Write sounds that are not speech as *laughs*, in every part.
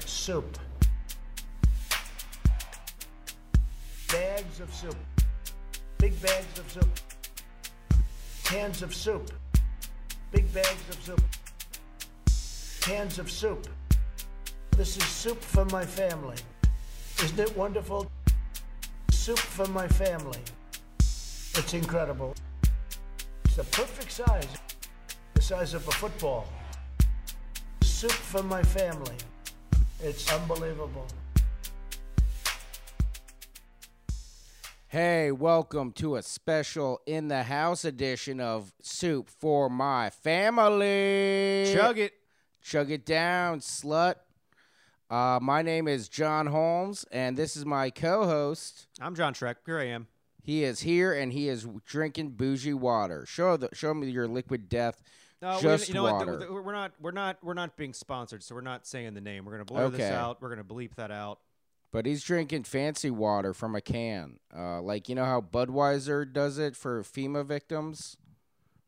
soup. Bags of soup. Big bags of soup. Cans of soup. Big bags of soup. Cans of soup. This is soup for my family. Isn't it wonderful? Soup for my family. It's incredible. It's the perfect size, the size of a football. Soup for my family. It's unbelievable. Hey, welcome to a special in the house edition of Soup for My Family. Chug it. Chug it down, slut. Uh, my name is John Holmes, and this is my co host. I'm John Trek. Here I am. He is here and he is drinking bougie water. Show the show me your liquid death. No, Uh, we- just you know water. what? th- th- We're not. We're not. We're not being sponsored, so we're not saying the name. We're gonna blur this Okay. out. We're gonna bleep that out. But he's drinking fancy water from a can. Uh, like, you know how Budweiser does it for FEMA victims?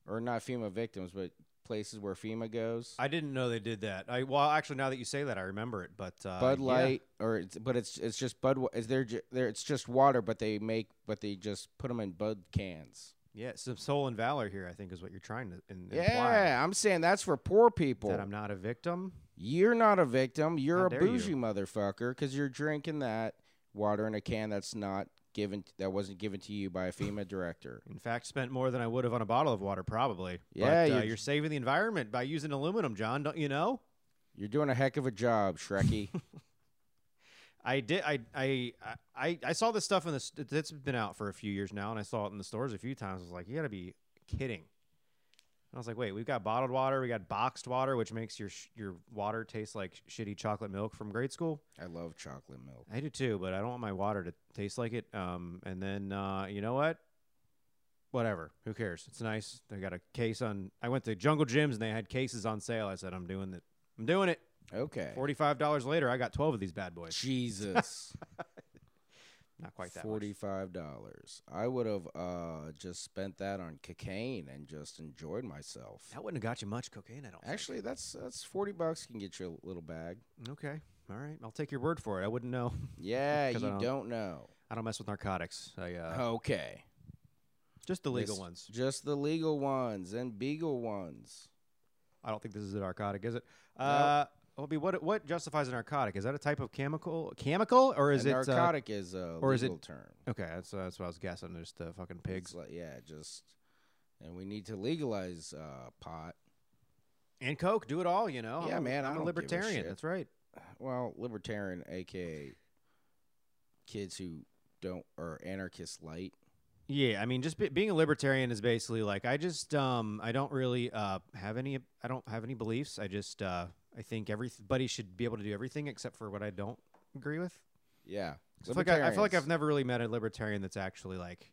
Or not FEMA victims, but places where FEMA goes? I didn't know they did that. I well, actually, now that you say that, I remember it. But uh, Bud yeah. Light, or it's, but it's it's just Bud. Is there there? It's just water, but they make, but they just put them in Bud cans. Yeah, some soul and valor here. I think is what you're trying to in, imply. Yeah, I'm saying that's for poor people. That I'm not a victim. You're not a victim. You're How a dare you. bougie motherfucker because you're drinking that water in a can that's not given that wasn't given to you by a FEMA director. In fact, spent more than I would have on a bottle of water, probably. Yeah, but, uh, you're- you're saving the environment by using aluminum, John. Don't you know? You're doing a heck of a job, *laughs* Shrekky. I did. I I I, I saw this stuff in this. It's been out for a few years now, and I saw it in the stores a few times. I was like, you got to be kidding. And I was like, wait, we've got bottled water, we got boxed water, which makes your sh- your water taste like shitty chocolate milk from grade school. I love chocolate milk. I do too, but I don't want my water to taste like it. Um, and then uh, you know what? Whatever. Who cares? It's nice. They got a case on. I went to Jungle Gyms and they had cases on sale. I said, I'm doing it. I'm doing it. Okay. Forty five dollars later, I got twelve of these bad boys. Jesus. Not quite that. much. Forty-five dollars. I would have uh, just spent that on cocaine and just enjoyed myself. That wouldn't have got you much cocaine, I don't think. Actually, that's that's forty bucks can get you a little *laughs* bag. Okay. All right. I'll take your word for it. I wouldn't know. *laughs* Yeah, you 'Cause I don't, don't- know. I don't mess with narcotics. I Oh, uh, okay, just the legal This- ones. Just the legal ones and beagle ones. I don't think this is a narcotic, is it? Uh Hobie, what what justifies a narcotic? Is that a type of chemical chemical or is a it uh, narcotic is a or is it legal term. okay, that's that's what I was guessing. Just uh, fucking It's pigs like- yeah, just and we need to legalize uh, pot. and coke. Do it all, you know. Yeah, I'm, a- man, I I'm a don't give a libertarian. shit. That's right. Well, libertarian, aka kids who don't or anarchist light. Yeah, I mean, just be, being a libertarian is basically like I just um I don't really uh have any I don't have any beliefs. I just uh I think everybody should be able to do everything except for what I don't agree with. Yeah, 'Cause I feel, like I, I feel like Libertarians. I've never really met a libertarian that's actually like,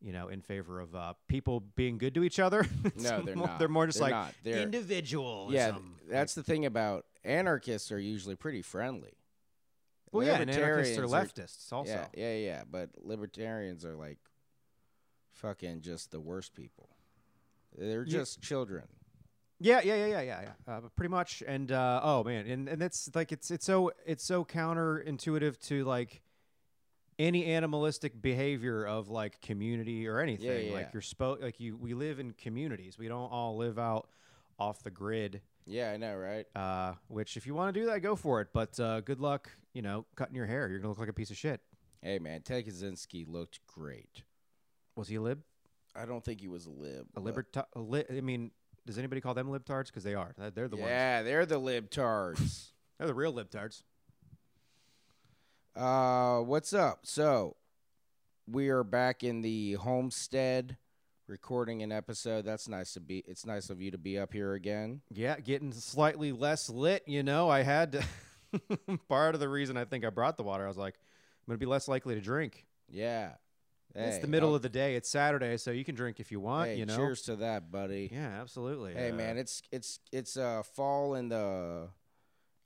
you know, in favor of uh, people being good to each other. *laughs* It's No, they're more- not. They're more just They're like not. They're- individualism. Yeah, th- that's the thing about anarchists are usually pretty friendly. well, yeah, and anarchists are libertarians are- leftists also. Yeah, yeah, yeah. But libertarians are like fucking just the worst people. They're Yeah. just children. Yeah, yeah, yeah, yeah, yeah, yeah. Uh, but pretty much, and uh, oh man, and and that's like it's it's so it's so counterintuitive to like any animalistic behavior of like community or anything. yeah, yeah. Like you're spo- like you, we live in communities. We don't all live out off the grid. Yeah, I know, right? Uh, which if you want to do that, go for it. But uh, good luck, you know, cutting your hair. You're gonna look like a piece of shit. Hey, man, Ted Kaczynski looked great. Was he a lib? I don't think he was a lib. A but- libertard? Li- I mean, does anybody call them libtards? Because they are. They're- They're the ones. yeah, they're the libtards. They're the real libtards. uh, what's up? So, we are back in the homestead, recording an episode. That's nice to be. It's nice of you to be up here again. Yeah, getting slightly less lit. You know, I had to. *laughs* part of the reason I think I brought the water. I was like, I'm gonna be less likely to drink. Yeah, it's Hey, the middle I'll- of the day. It's Saturday, so you can drink if you want. hey, you know. Cheers to that, buddy. Yeah, absolutely. Hey Uh, man, it's it's it's uh fall in the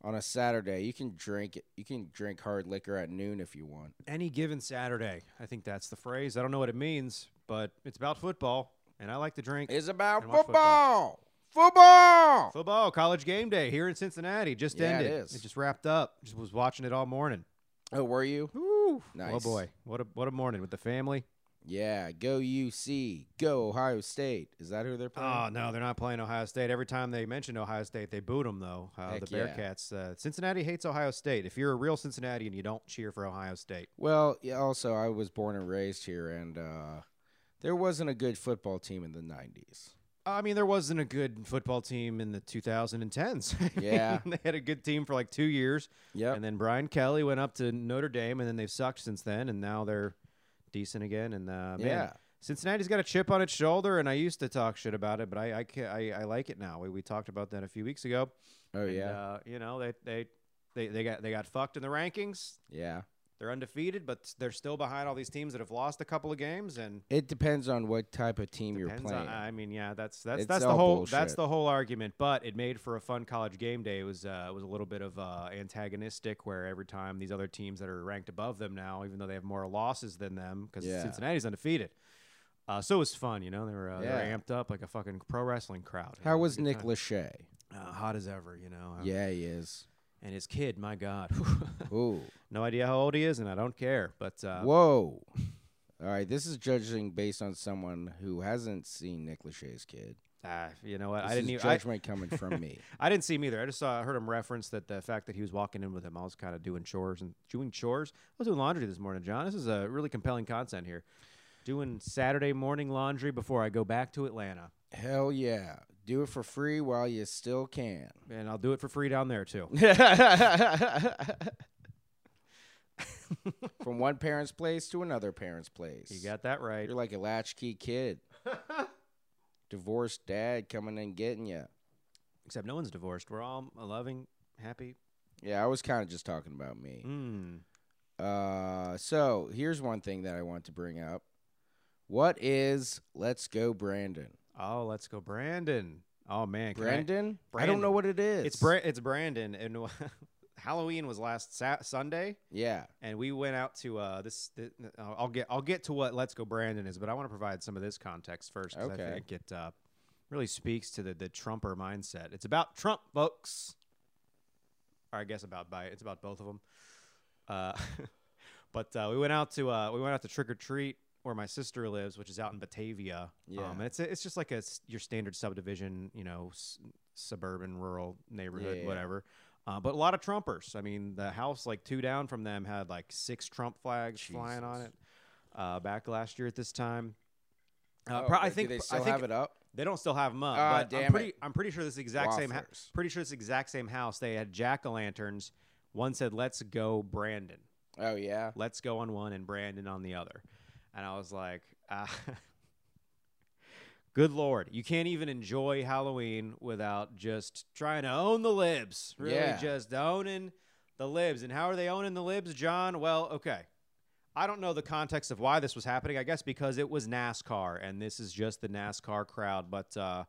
on a Saturday. You can drink it. You can drink hard liquor at noon if you want. any given Saturday. I think that's the phrase. I don't know what it means, but it's about football, and I like to drink. It's about And watch football. football. football. Football. Football, college game day here in Cincinnati just Yeah, it ended. is. It just wrapped up. Just was watching it all morning. Oh, were you? Woo! Oh Nice. boy, what a what a morning with the family. Yeah. Go UC. Go Ohio State. Is that who they're playing? Oh no, they're not playing Ohio State. Every time they mention Ohio State, they boot them though. Uh, Heck the yeah. Bearcats. Uh, Cincinnati hates Ohio State. If you're a real Cincinnati and you don't cheer for Ohio State, Well, yeah, also I was born and raised here, and uh, there wasn't a good football team in the '90s. I mean, there wasn't a good football team in the *laughs* 2010s. I Yeah. mean, they had a good team for like two years, Yep. and then Brian Kelly went up to Notre Dame, and then they've sucked since then, and now they're decent again. And uh, man, Yeah. Cincinnati's got a chip on its shoulder, and I used to talk shit about it, but I I ca- I, I like it now. We, we talked about that a few weeks ago. Oh And, yeah. uh, you know they they. They, they got they got fucked in the rankings. yeah. They're undefeated, but they're still behind all these teams that have lost a couple of games. And It depends on what type of team you're depends playing. on, uh, I mean, yeah, that's that's It's that's the all whole that's bullshit. the whole argument. But it made for a fun college game day. It was uh, it was a little bit of uh, antagonistic, where every time these other teams that are ranked above them now, even though they have more losses than them, because Yeah. Cincinnati's undefeated. Uh, so it was fun, you know. They were, uh, they Yeah. were amped up like a fucking pro wrestling crowd. How was Good Nick time. Lachey? Uh, hot as ever, you know. uh, Yeah, he is. And his kid, my god, *laughs* Ooh. no idea how old he is, and I don't care. But uh, Whoa. *laughs* All right, this is judging based on someone who hasn't seen Nick Lachey's kid. ah, you know what? This I didn't is even. I- judgment coming from *laughs* me. I didn't see him either. I just saw, I heard him reference that the fact that he was walking in with him. I was kind of doing chores and doing chores. I was doing laundry this morning, John. This is a really compelling content here. Doing Saturday morning laundry before I go back to Atlanta, Hell yeah. Do it for free while you still can. and I'll do it for free down *laughs* there too. *laughs* From one parent's place to another parent's place. You got that right. You're like a latchkey *laughs* kid. Divorced dad coming and getting you. Except no one's divorced. We're all loving, happy. Yeah, I was kind of just talking about me. Mm. Uh, so here's one thing that I want to bring up. What is Let's Go Brandon? Oh, let's go, Brandon. Oh man, can I- Brandon? I don't know Brandon. what it is. It's Bra- It's Brandon, and *laughs* Halloween was last sa- Sunday. Yeah. and we went out to uh, this. th- uh, I'll get I'll get to what Let's Go Brandon is, but I want to provide some of this context first 'cause I Okay. think it uh, really speaks to the the Trumper mindset. It's about Trump, folks. Or I guess about by it's about both of them. Uh, *laughs* but uh, we went out to uh, we went out to trick or treat where my sister lives, which is out in Batavia. Yeah. um, and it's it's just like a s- your standard subdivision, you know, s- suburban rural neighborhood, Yeah. whatever. Uh, but a lot of Trumpers. I mean, the house like two down from them had like six Trump flags flying on Jesus. it uh, back last year at this time. Uh, Oh, pro- wait, I do think they I still think have it up. they don't still have them up. Ah, but damn I'm pretty it. I'm pretty sure this exact same ha- Woffers. pretty sure this exact same house they had jack o' lanterns. One said "Let's go, Brandon." Oh *laughs* yeah. *laughs* Let's go on one and Brandon on the other. And I was like, ah, *laughs* good lord, you can't even enjoy Halloween without just trying to own the libs. Really, Yeah. just owning the libs. And how are they owning the libs, John? Well, okay. I don't know the context of why this was happening. I guess because it was NASCAR, and this is just the NASCAR crowd. But uh,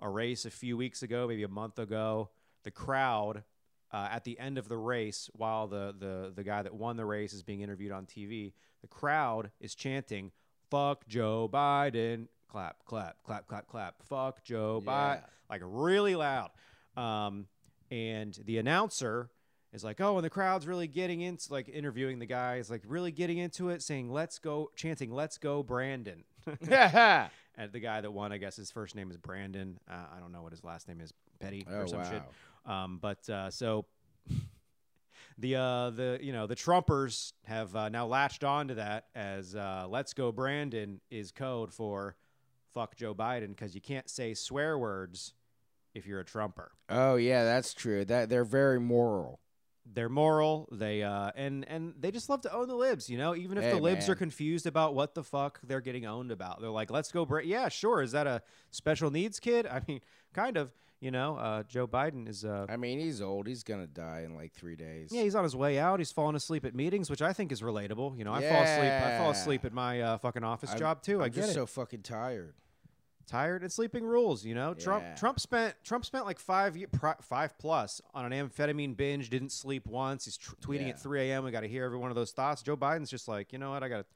a race a few weeks ago, maybe a month ago, the crowd uh, at the end of the race, while the, the the guy that won the race is being interviewed on TV, the crowd is chanting "Fuck Joe Biden!" Clap, clap, clap, clap, clap. Fuck Joe Biden! Yeah. Like really loud. Um, and the announcer is like, "Oh, and the crowd's really getting into like interviewing the guy is like really getting into it, saying "Let's go," chanting "Let's go, Brandon." *laughs* yeah. and the guy that won, I guess his first name is Brandon. Uh, I don't know what his last name is, Petty Oh or some wow. shit. Um, but uh, so *laughs* the uh, the you know the Trumpers have uh, now latched on to that as uh, "Let's go Brandon" is code for "fuck Joe Biden" because you can't say swear words if you're a Trumper. Oh yeah, that's true. That they're very moral. They're moral. They uh, and and they just love to own the libs. You know, even if Hey, the libs are man. confused about what the fuck they're getting owned about, they're like, "Let's go, Bra- yeah, sure." Is that a special needs kid? *laughs* I mean, kind of. You know, uh, Joe Biden is uh, I mean, he's old. He's gonna die in like three days. Yeah, he's on his way out. He's falling asleep at meetings, which I think is relatable. You know, I fall asleep. I fall asleep Yeah. at my uh, fucking office I'm- job too. I'm I get just it. so fucking tired. Tired and sleeping rules. You know, Trump. Yeah. Trump spent. Trump spent like five ye- pri- five plus on an amphetamine binge. Didn't sleep once. He's tr- tweeting Yeah. at 3 a.m. We got to hear every one of those thoughts. Joe Biden's just like, you know what? I got to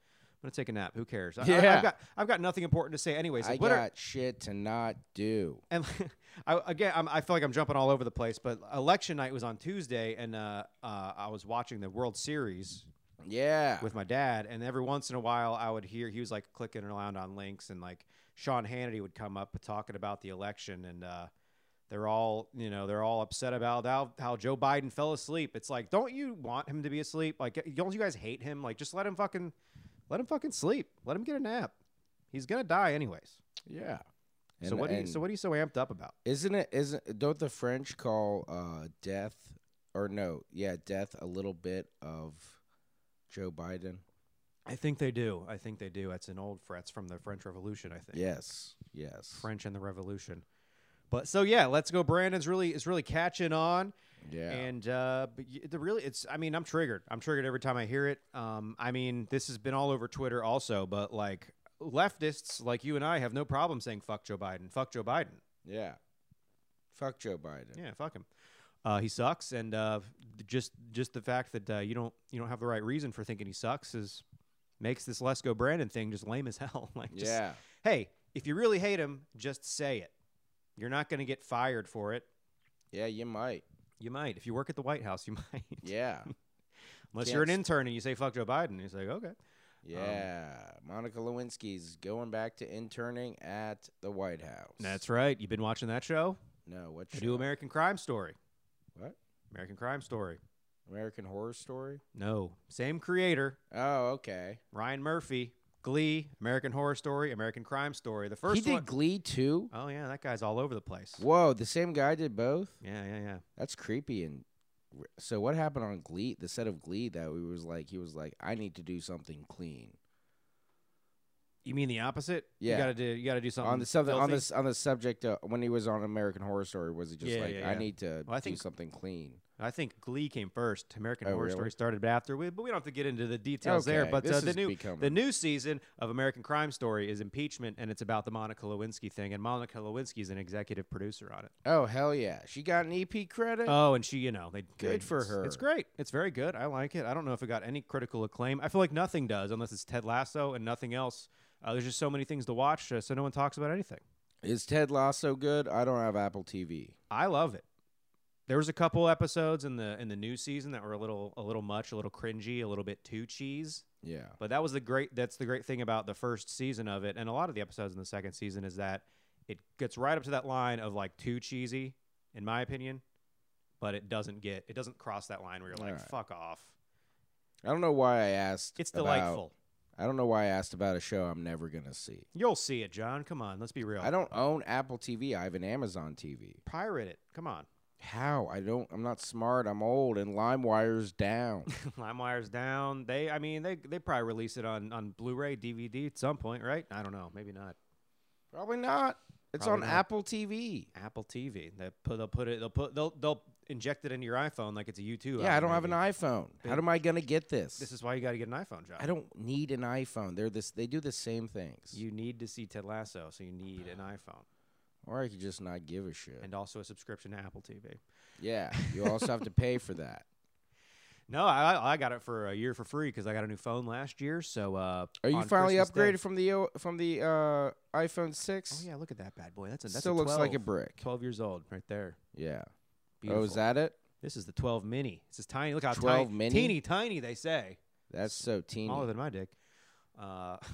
gonna take a nap. Who cares? I, I, Yeah. have got I've got nothing important to say anyway. So I what got are- shit to not do. and *laughs* I, again, I'm, I feel like I'm jumping all over the place, but election night was on Tuesday, and uh, uh, I was watching the World Series Yeah. with my dad, and every once in a while, I would hear he was like clicking around on links, and like Sean Hannity would come up talking about the election, and uh, they're all you know they're all upset about how, how Joe Biden fell asleep. It's like, don't you want him to be asleep? Like, don't you guys hate him? Like, just let him fucking let him fucking sleep. Let him get a nap. He's gonna die anyways. yeah. so And- what? do you, and so what are you so amped up about? Isn't it? Isn't don't the French call uh, death or no? Yeah, death a little bit of Joe Biden. I think they do. I think they do. That's an old frets from the French Revolution, I think. Yes. Yes. French and the Revolution. But so yeah, let's go. Brandon's really is really catching on, Yeah. and uh, but y- the really it's. I mean, I'm triggered. I'm triggered every time I hear it. Um, I mean, this has been all over Twitter also, but like leftists like you and I have no problem saying fuck Joe Biden, fuck Joe Biden. yeah. Fuck Joe Biden. Yeah, fuck him. Uh, he sucks, and uh, just just the fact that uh, you don't you don't have the right reason for thinking he sucks is makes this Let's Go Brandon thing just lame as *laughs* hell. like, just, yeah. hey, if you really hate him, just say it. You're not going to get fired for it. Yeah. You might. You might. If you work at the White House, you *laughs* might. Yeah. Unless Can't you're an s- intern and you say fuck Joe Biden, he's like, okay. Um, Yeah. Monica Lewinsky's going back to interning at the White House. That's right. You've been watching that show? No. What I show? do American Crime Story. What? American Crime Story. American Horror Story? No. Same creator, Oh, okay. Ryan Murphy, Glee, American Horror Story, American Crime Story. The first he did one. Glee too. Oh yeah, that guy's all over the place. Whoa, the same guy did both. Yeah, yeah, yeah. That's creepy. And r- so, what happened on Glee? The set of Glee that we was like, he was like, I need to do something clean You mean the opposite? Yeah. You gotta do you gotta do something. on the sub- on filthy? this on the subject of, when he was on American Horror Story. Was he just Yeah, like, yeah, I yeah. need to Well, I do think- something clean? I think Glee came first. American Oh, Horror really? Story started after, we- but we don't have to get into the details there. Okay, But this uh, the is new becoming- the new season of American Crime Story is impeachment, and it's about the Monica Lewinsky thing. And Monica Lewinsky is an executive producer on it. Oh hell yeah, she got an EP credit. Oh, and she, you know, they Good they- for it's- It's her. great. It's very good. I like it. I don't know if it got any critical acclaim. I feel like nothing does unless it's Ted Lasso and nothing else. Uh, there's just so many things to watch, uh, so no one talks about anything. Is Ted Lasso good? I don't have Apple TV. I love it. There was a couple episodes in the in the new season that were a little a little much, a little cringy, a little bit too cheese. Yeah, But that was the great. That's the great thing about the first season of it, and a lot of the episodes in the second season is that it gets right up to that line of like too cheesy, in my opinion. But it doesn't get. It doesn't cross that line where you're like, Alright. fuck off. I don't know why I asked. It's about- delightful. I don't know why I asked about a show I'm never gonna see. You'll see it, John. Come on, let's be real. I don't own Apple TV. I have an Amazon TV. pirate it. Come *laughs* on. How? I don't. I'm not smart. I'm old, and LimeWire's *laughs* down. LimeWire's down. They, I mean, they they probably release it on on Blu-ray, DVD at some point, right? I don't know. Maybe not. Probably not. It's Probably on not. Apple TV. Apple TV. They put they'll put it. They'll put they'll they'll inject it into your iPhone like it's a YouTube. yeah, I don't have maybe. an iPhone. How am I gonna get this? This is why you got to get an iPhone, John. I don't need an iPhone. They're this. They do the same things. You need to see Ted Lasso, so you need an iPhone or I could just not give a shit. and also a subscription to Apple TV. yeah. *laughs* You also have to pay for that. No, I I- I got it for a year for free because I got a new phone last year. So uh, Are you on finally Christmas Day- upgraded from the O- from the uh, iPhone Oh six? yeah, look at that bad boy. That's a that's Still a looks like a 12. brick. Twelve years old, right there. Yeah. Beautiful. Oh, is that it? This is the twelve mini. This is tiny. Look how 12 tiny, mini? teeny tiny they say. That's so teeny. Smaller than my dick. Uh, *laughs*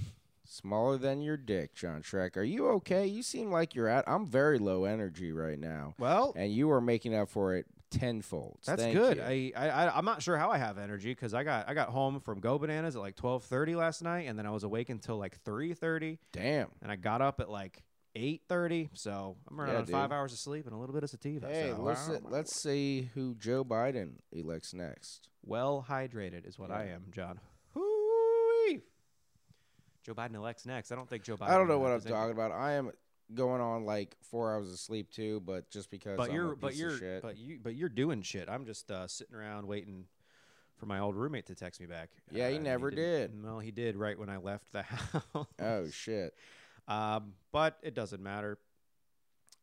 Smaller than your dick, John Shrek. Are you okay? You seem like you're at. I'm very low energy right now, well, and you are making up for it tenfold. That's Thank good. you. I, I I I'm not sure how I have energy because I got I got home from Go Bananas at like 12:30 last night, and then I was awake until like 3:30, Damn. and I got up at like 8:30. So I'm running Yeah, on five dude. hours of sleep and a little bit of sativa. Hey, so let's wow. let's see who Joe Biden elects next. well hydrated is what I Yeah. am, John. Hoo-wee. Joe Biden elects next. I don't think Joe Biden. I don't know will what I'm have his talking input. about. I am going on like four hours of sleep too, but just because. But I'm you're a but piece of you're shit. but you but you're doing shit. I'm just uh, sitting around waiting for my old roommate to text me back. Yeah, Uh, he and never didn't- did. Well, he did right when I left the *laughs* house. *laughs* oh shit! Um, but it doesn't matter.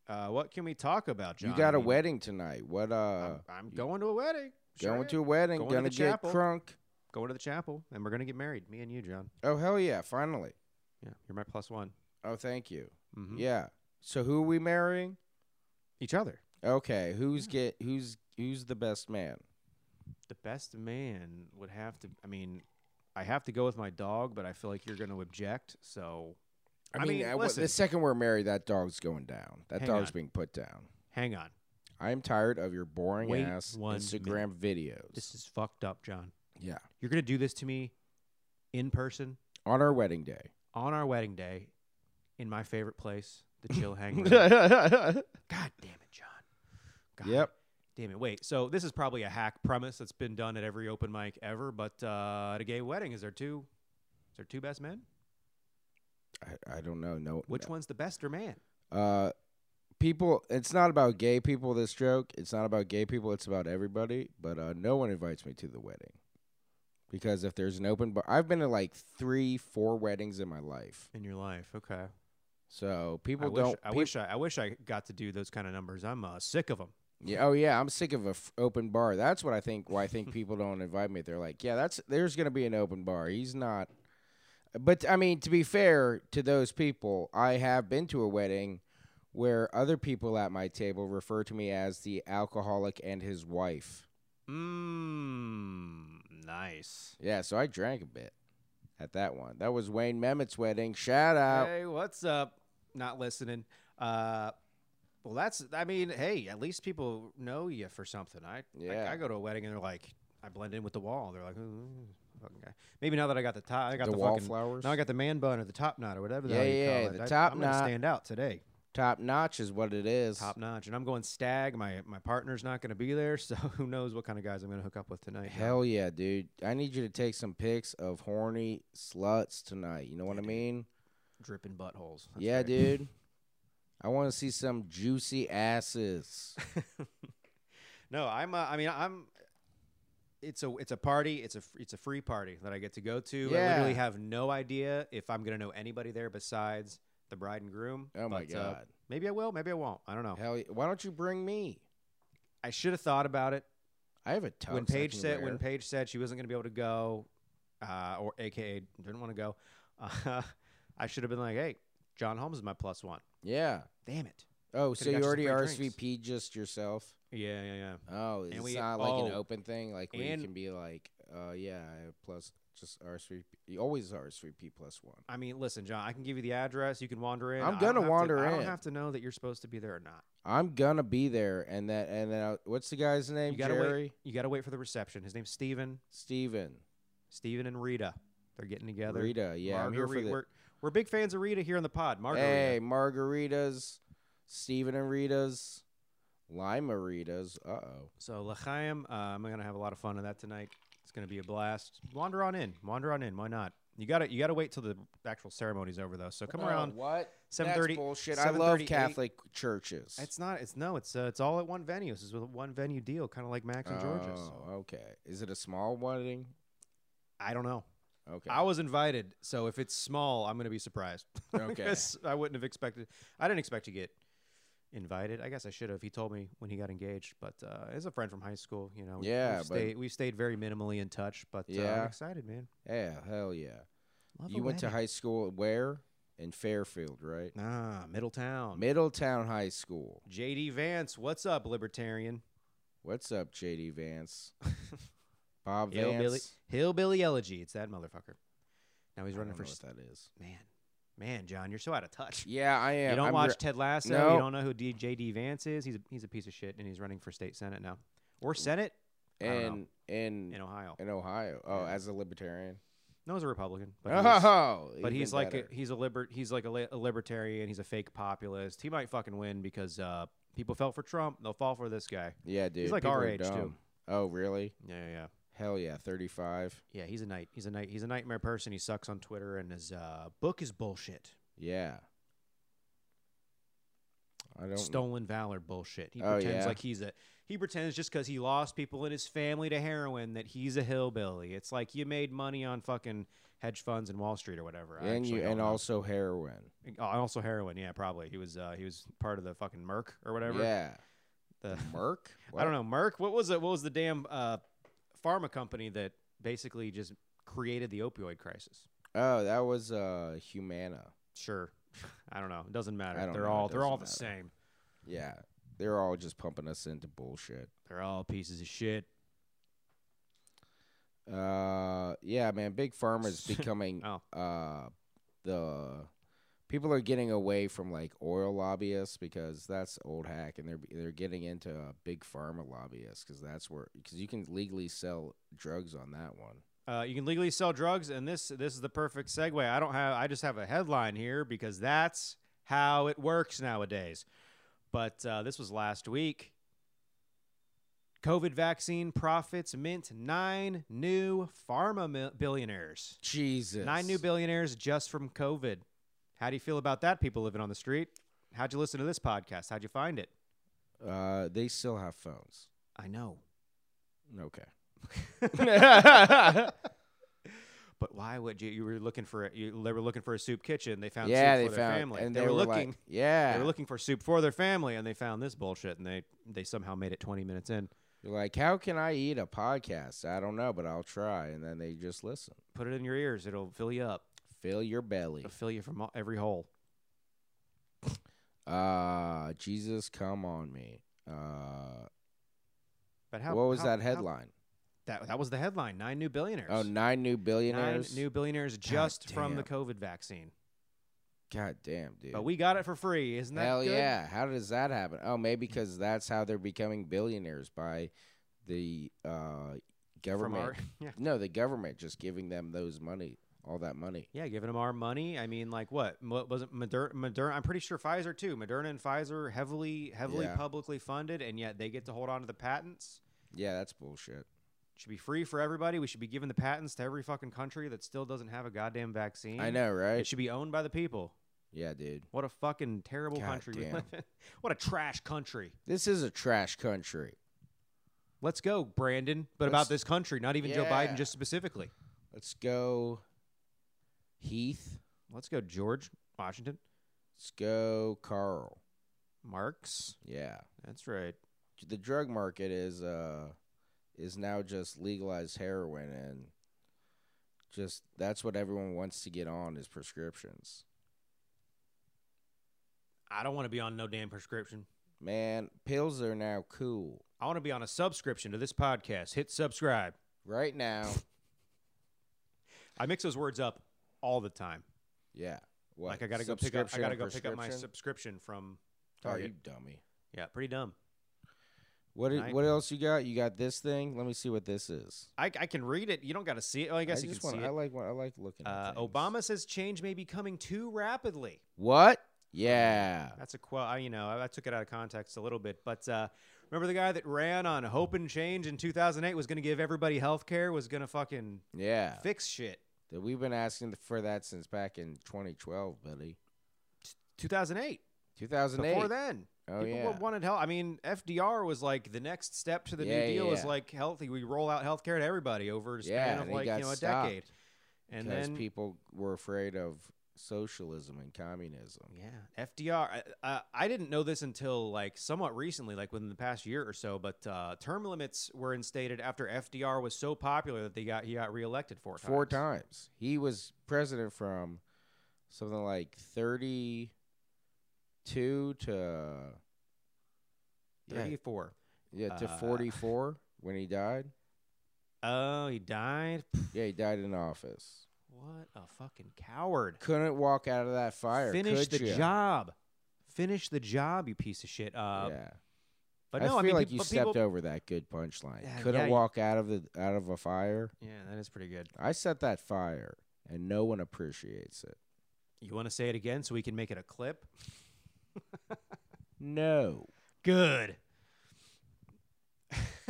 Uh, what can we talk about, John? you got a a wedding tonight. What? Uh, I'm, I'm going to a wedding. Sure going am. to a wedding. Going to gonna the get chapel. crunk. going to the chapel, and we're gonna get married, me and you, John. Oh hell yeah! Finally. Yeah, you're my plus one. Oh thank you. Mm-hmm. Yeah. So who are we marrying? Each other. Okay. Mm. Who's get who's who's the best man? The best man would have to. I mean, I have to go with my dog, but I feel like you're gonna object. So, I, mean, I- what- listen, the second we're married, that dog's going down. That Hang dog's on. being put down. hang on. I'm tired of your boring Wait ass one Instagram videos. This is fucked up, John. yeah. You're gonna do this to me in person On our wedding day. on our wedding day in my favorite place, *laughs* the Chill Hang. Room. God *laughs* yep. damn it, John. God Damn it. Wait. So this is probably a hack premise that's been done at every open mic ever, but uh, at a gay wedding, is there two? Is there two best men? I, I don't know. No. Which one's the bester man? Uh, people. It's not about gay people. This joke. It's not about gay people. It's about everybody. But uh, no one invites me to the wedding because if there's an open bar, I've been to like three, four weddings in my life. In your life, okay. So people I wish, don't. I peop- wish I, I wish I got to do those kind of numbers. I'm uh, sick of them. Yeah. Oh yeah. I'm sick of a f- open bar. That's what I think. Why I think *laughs* people don't invite me. They're like, yeah, that's there's gonna be an open bar. He's not. But I mean, to be fair to those people, I have been to a wedding where other people at my table refer to me as the alcoholic and his wife. Mmm, nice. Yeah. So I drank a bit at that one. That was Wayne Mehmet's wedding. Shout out. hey, what's up? Not listening. Uh, well, that's. I mean, hey, at least people know you for something. I like, Yeah. I, go to a wedding and they're like, I blend in with the wall. They're like, "Ooh, fucking guy." maybe now that I got the top, I got the, the, fucking. wallflowers. Now I got the man bun or the top knot or whatever the Yeah, hell you yeah, call it. the I- top I'm gonna knot. stand out today. Top notch is what it is. Top notch, and I'm going stag. My my partner's not going to be there, *laughs* so who knows what kind of guys I'm going to hook up with tonight. John. Hell yeah, dude. I need you to take some pics of horny sluts tonight. You know what I mean? dripping buttholes. That's yeah, right. *laughs* dude. I want to see some juicy *laughs* asses. No, I'm. Uh, I mean, I'm. It's a it's a party. It's a fr- it's a free party that I get to go to. I literally Yeah. have no idea if I'm going to know anybody there besides the bride and groom. Oh my but, uh, god. maybe I will. Maybe I won't. I don't know. Hell, yeah. why don't you bring me? I should have thought about it I have a tux. when I Paige can said wear. when Paige said she wasn't going to be able to go, uh, or AKA didn't want to go. Uh, *laughs* I should have been like, hey, John Holmes is my plus one. yeah. Damn it. Oh, Could've so got you you some already free drinks. RSVP just yourself? Yeah, yeah, yeah. Oh, it's we- not like an oh, open thing, like where and- you can be like, uh, yeah, I have plus just RSVP. You always RSVP plus one. I mean, listen, John. I can give you the address. You can wander in. I'm I don't gonna have to- wander I don't in. have to know that you're supposed to be there or not. I'm gonna be there, and that and then I, what's the guy's name? You gotta Jerry. wait. You gotta wait for the reception. His name's Steven. Steven. Steven and Rita. They're getting together. Rita, yeah, I'm here for Margarita- the We're, we're big fans of Rita here on the pod. Margarita. hey margaritas, Steven and Rita's, Limaritas. Uh oh, So Lachaim, uh, I'm gonna have a lot of fun on that tonight. It's gonna be a blast. Wander on in. Wander on in. Why not? You gotta you gotta wait till the actual ceremony's over though. So come around Oh, What? seven thirty. Uh, That's bullshit. I love 7:38. Catholic churches. It's not. It's no. It's uh, it's all at one venue. This is a one venue deal, kind of like Max and George's. Oh, okay. Is it a small wedding? I don't know. Okay. I was invited, so if it's small, I'm gonna be surprised. *laughs* Okay. Because I wouldn't have expected. I didn't expect to get invited. I guess I should have. He told me when he got engaged, but uh, as a friend from high school, you know, we- Yeah, we've but- stayed, we've stayed very minimally in touch. But uh, Yeah. I'm excited, man. yeah, hell yeah. Love a you went to wedding. high school where? In Fairfield, right? ah Middletown. Middletown High School. JD Vance, what's up, libertarian? What's up, JD *laughs* Vance? Bob Vance. Hillbilly, hillbilly elegy. It's that motherfucker. Now he's I running don't for know s- what that is. man, man, John, you're so out of touch. Yeah, I am. you don't I'm watch re- Ted Lasso. No. You don't know who D- JD Vance is. He's a, he's a piece of shit, and he's running for state senate now, or senate I don't know. in in in Ohio. in Ohio. Oh, Yeah. as a libertarian. No, he's a Republican, but *laughs* he's, Oh, but even he's like a, better. he's a liber- he's like a, li- a libertarian. He's a fake populist. He might fucking win because uh, people fell for Trump. They'll fall for this guy. yeah, dude. like people our are age, too. dumb. Oh, really? Yeah, yeah, yeah. Hell yeah, thirty-five. Yeah, he's a night. He's a night. He's a nightmare person. He sucks on Twitter, and his uh, book is bullshit. Yeah. I don't. Stolen valor bullshit. He Oh, pretends yeah? like he's a. He pretends just because he lost people in his family to heroin that he's a hillbilly. It's like you made money on fucking hedge funds and Wall Street or whatever. I and actually you don't and know. also heroin. Oh, and also heroin. Yeah, probably. He was uh, he was part of the fucking Merc or whatever. Yeah. The- *laughs* Merck. I don't know, Merck. What was it? What was the damn uh, pharma company that basically just created the opioid crisis. Oh, that was uh Humana. Sure, *laughs* I don't know. It doesn't matter. I don't they're know. It all they're all the doesn't same. Yeah. They're all just pumping us into bullshit. They're all pieces of shit. Uh yeah, man, Big Pharma's *laughs* becoming Oh, uh the people are getting away from like oil lobbyists because that's old hack and they're they're getting into uh, big pharma lobbyists cuz that's where cuz you can legally sell drugs on that one. uh, you can legally sell drugs, and this this is the perfect segue. I don't have I just have a headline here because that's how it works nowadays. But uh, this was last week. COVID vaccine profits mint nine new pharma mil- billionaires. Jesus. Nine new billionaires just from COVID. How do you feel about that? People living on the street. How'd you listen to this podcast? How'd you find it? uh they still have phones. I know. Okay. *laughs* But why would you? You were looking for a, you, they were looking for a soup kitchen. They found yeah, soup they for found their family. and they, were, looking. Like, yeah. They were looking for soup for their family, and they found this bullshit, and they they somehow made it 20 minutes in. You're like, how can I eat a podcast? I don't know, but I'll try. And then they just listen. Put it in your ears; it'll fill you up. Fill your belly. It'll fill you from all, every hole. Uh Jesus, come on me. Uh, But how? what was how- that how- headline? that that was the headline. Nine new billionaires. Oh, nine new Nine billionaires. new billionaires just from the damn. COVID vaccine. God damn, dude. But we got it for free, isn't that Hell good? Mm. yeah! How does that happen? Oh, maybe because that's how they're becoming billionaires by the uh, From government. our, *laughs* yeah, no, the government just giving them those money, all that money. Yeah, giving them our money. I mean, like what Mo- was it? Moderna. Moderna. I'm pretty sure Pfizer too. Moderna and Pfizer heavily, heavily Yeah. publicly funded, and yet they get to hold on to the patents. Yeah, that's bullshit. Should be free for everybody. We should be giving the patents to every fucking country that still doesn't have a goddamn vaccine. I know, It right? should be owned by the people. Yeah, dude. What a fucking terrible God country we damn. live in. *laughs* What a trash country. This is a trash country. Let's go, Brandon. But Let's- about this country, not even Joe Yeah. Biden, just specifically. Let's go Heath. Let's go, George Washington, Let's go Carl. Marx. Yeah. That's right. The drug market is uh is now just legalized heroin and just that's what everyone wants to get on is prescriptions. I don't want to be on no damn prescription. Man, pills are now cool. I want to be on a subscription to this podcast. Hit subscribe. Right now. I mix those words up all the time. Yeah. What? like I gotta go pick up. I subscription gotta and go pick up my prescription? subscription from Oh, Target. you dummy. yeah, pretty dumb. What i- Night. what else you got? You got this thing? Let me see what this is. I, I can read it. You don't got to see it. Oh, I guess I you just can wanna- see I it. like I like looking Uh, at things. Obama says change may be coming too rapidly. What? Yeah. That's a quote. I- You know, I, I took it out of context a little bit, but uh, remember the guy that ran on hope and change in 2008 was going to give everybody health care, was going to fucking Yeah. fix shit. That we've been asking for that since back in 2012, buddy. 2008. 2008. Before then, Oh People yeah. wa- wanted health. I mean, FDR was like the next step to the Yeah, New Deal yeah, was yeah. like healthy. We roll out health care to everybody over a Yeah, span of and it like you got know a stopped decade. And because then people were afraid of socialism and communism. yeah, FDR. I, I, I didn't know this until like somewhat recently, like within the past year or so. But uh, term limits were instated after FDR was so popular that they got he got reelected four times. Four times. He was president from something like 32 to yeah, Thirty-four. yeah to uh, 44 when he died. Oh, he died. Pff, Yeah, he died in office. What a fucking coward. Couldn't walk out of that fire. Finish could the ya? job. Finish the job, you piece of shit. Uh, yeah. But I no, feel I, mean, like peop- you but stepped people, over that good punchline. Yeah, Couldn't yeah, you- walk out of the out of a fire. Yeah, that is pretty good. I set that fire, and no one appreciates it. You want to say it again so we can make it a clip? No. Good. *laughs*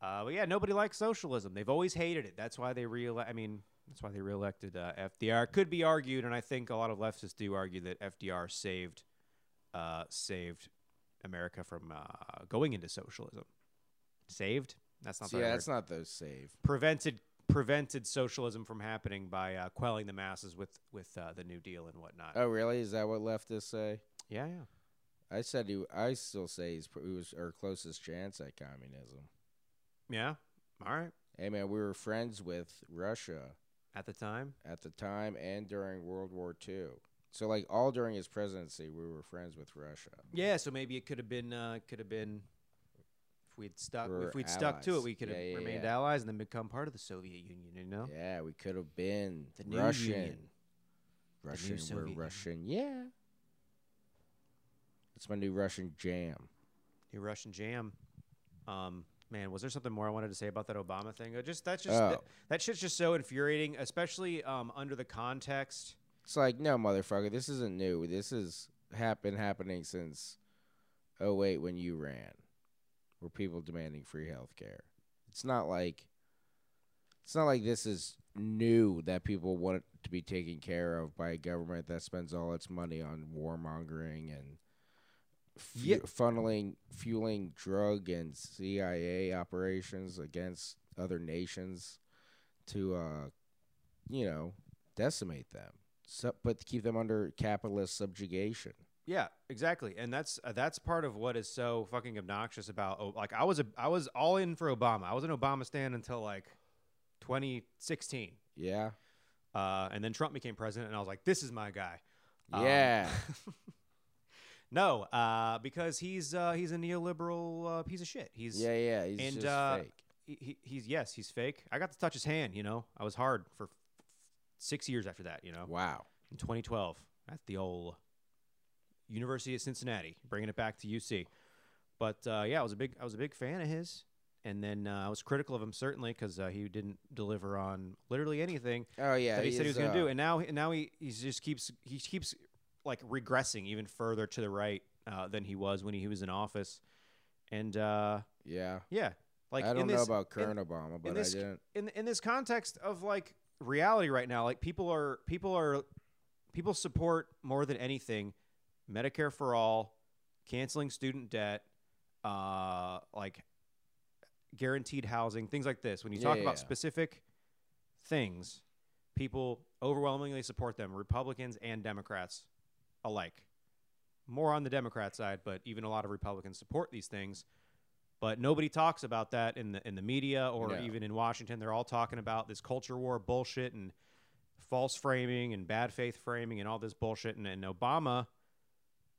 uh, but yeah, nobody likes socialism. They've always hated it. That's why they reele- I mean, that's why they reelected uh, FDR. Could be argued, and I think a lot of leftists do argue that FDR saved, uh, saved America from uh, going into socialism. Saved? That's not. So, the right yeah, word. that's not those save. prevented prevented socialism from happening by uh, quelling the masses with with uh, the New Deal and whatnot. Oh, really? Is that what leftists say? yeah, yeah. I said he. I still say he's pr- he was our closest chance at communism. Yeah. All right. Hey man, we were friends with Russia At the time, at the time and during World War II. So like all during his presidency, we were friends with Russia. yeah. So maybe it could have been, uh, could have been, if we'd stuck, We're if we'd stuck to it, allies. we could have Yeah, yeah, remained yeah. allies and then become part of the Soviet Union. You know, Yeah, we could have been The new Russian. union. Russian, Soviet we're Union. Russian. Yeah. That's my new Russian jam. New Russian Jam. Um, man, was there something more I wanted to say about that Obama thing? Uh, Just that's just Oh. that, that shit's just so infuriating, especially um, under the context. It's like, no, motherfucker, this isn't new. This has hap- been happening since 08 oh, when you ran, where people demanding free health care. It's not like it's not like this is new that people want it to be taken care of by a government that spends all its money on warmongering and fu- Yeah. funneling fueling drug and CIA operations against other nations to uh you know decimate them so, but to keep them under capitalist subjugation Yeah, exactly, and that's uh, that's part of what is so fucking obnoxious about. Oh, like I was a, I was all in for Obama. I was an Obama stan until like 2016, yeah uh, and then Trump became president, and I was like, this is my guy. Um, yeah No, uh, because he's uh, he's a neoliberal uh, piece of shit. He's yeah yeah he's and, just uh, fake he, he- he's yes, he's fake. I got to touch his hand. You know, I was hard for six years after that. You know, wow in 2012 at the old University of Cincinnati, bringing it back to UC. But uh, yeah, I was a big I was a big fan of his, and then uh, I was critical of him certainly because uh, he didn't deliver on literally anything oh yeah that he said he was he's, going to uh, do, and now and now he he just keeps he keeps like regressing even further to the right uh, than he was when he, was in office, and uh, yeah yeah, like i in don't this, know about in- current obama but this- i didn't in in this context of like reality right now, like people are people are people support more than anything Medicare for all, canceling student debt, uh, like guaranteed housing, things like this. When you Yeah, talk yeah, about yeah. specific things, people overwhelmingly support them, Republicans and Democrats alike. More on the Democrat side, but even a lot of Republicans support these things. But nobody talks about that in the in the media or No. even in Washington. They're all talking about this culture war bullshit and false framing and bad faith framing and all this bullshit. And, and Obama,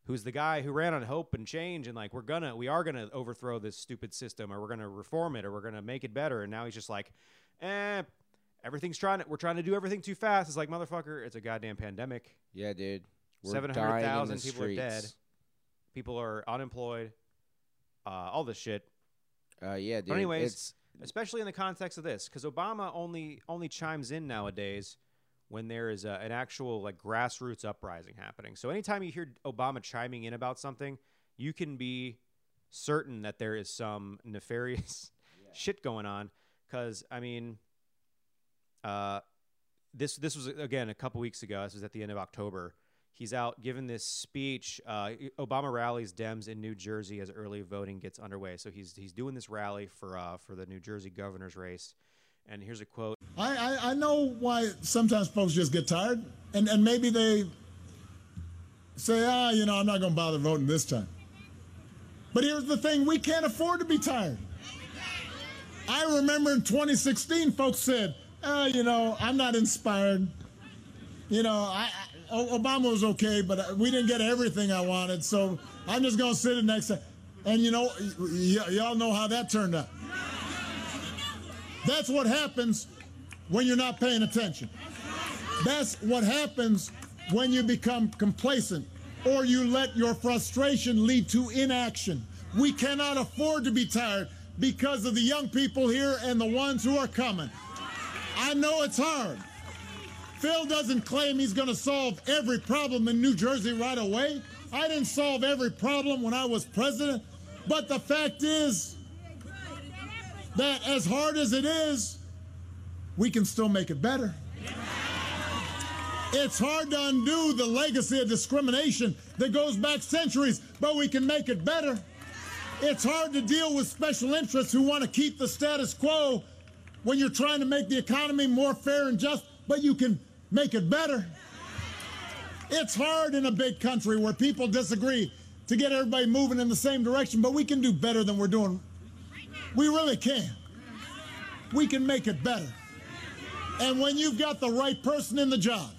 who's the guy who ran on hope and change and like we're gonna we are gonna overthrow this stupid system or we're gonna reform it or we're gonna make it better. And now he's just like, eh, everything's trying to we're trying to do everything too fast. It's like motherfucker, it's a goddamn pandemic. yeah dude we're dying in the 700,000 people are dead. streets. People are unemployed. Uh, all this shit, uh yeah dude anyways, it's especially in the context of this, because Obama only only chimes in nowadays when there is a, an actual like grassroots uprising happening. So anytime you hear Obama chiming in about something, you can be certain that there is some nefarious *laughs* shit going on. Because I mean, uh, this this was again a couple weeks ago. This was at the end of October. He's out giving this speech. Uh, Obama rallies Dems in New Jersey as early voting gets underway. So he's he's doing this rally for uh, for the New Jersey governor's race. And here's a quote. I, I, I know why sometimes folks just get tired, and, and maybe they say, ah, you know, I'm not going to bother voting this time. But here's the thing we can't afford to be tired. I remember in 2016, folks said, ah, you know, I'm not inspired. You know, I, I, O- Obama was okay, but we didn't get everything I wanted, so I'm just going to sit it next time. And you know, y- y- y'all know how that turned out. That's what happens when you're not paying attention. That's what happens when you become complacent or you let your frustration lead to inaction. We cannot afford to be tired because of the young people here and the ones who are coming. I know it's hard. Phil doesn't claim he's going to solve every problem in New Jersey right away. I didn't solve every problem when I was president, but the fact is, that as hard as it is, we can still make it better. It's hard to undo the legacy of discrimination that goes back centuries, but we can make it better. It's hard to deal with special interests who want to keep the status quo when you're trying to make the economy more fair and just, but you can make it better. It's hard in a big country where people disagree to get everybody moving in the same direction, but we can do better than we're doing we really can. we can make it better. And when you've got the right person in the job,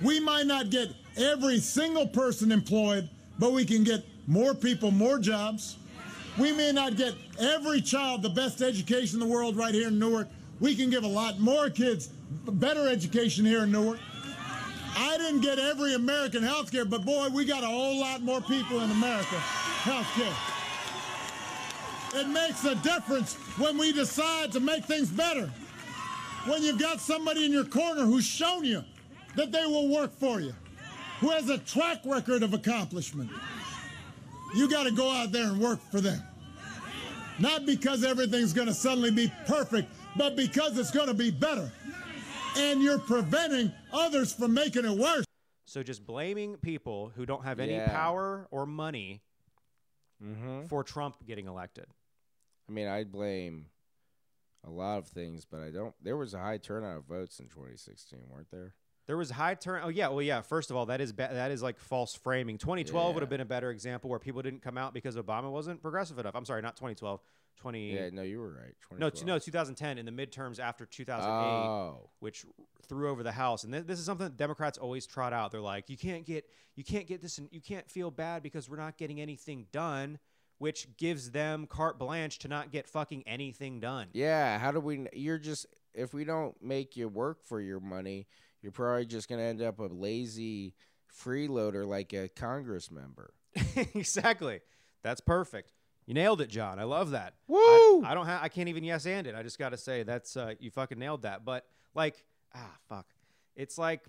we might not get every single person employed, but we can get more people, more jobs. We may not get every child the best education in the world right here in Newark. We can give a lot more kids better education here in Newark. I didn't get every American health care, but boy, we got a whole lot more people in America health care. It makes a difference when we decide to make things better. When you've got somebody in your corner who's shown you that they will work for you, who has a track record of accomplishment, you got to go out there and work for them. Not because everything's going to suddenly be perfect, but because it's going to be better. And you're preventing others from making it worse. So just blaming people who don't have any Yeah. power or money Mm-hmm. for Trump getting elected. I mean, I blame a lot of things, but I don't. There was a high turnout of votes in 2016, weren't there? There was high turn. Oh yeah, well yeah. First of all, that is ba- that is like false framing. 2012 would Yeah. have been a better example where people didn't come out because Obama wasn't progressive enough. I'm sorry, not 2012. 20 Yeah, no, you were right. no, 2012. t- no, 2010 in the midterms after 2008. Oh, which threw over the house. And th- this is something that Democrats always trot out. They're like, you can't get you can't get this and you can't feel bad because we're not getting anything done, which gives them carte blanche to not get fucking anything done. yeah. How do we? kn- You're just if we don't make you work for your money, you're probably just gonna end up a lazy freeloader like a Congress member. *laughs* exactly. That's perfect. You nailed it, John. I love that. I- Woo! I, don't have I can't even yes and it. I just got to say that's uh, you fucking nailed that. But like ah fuck. It's like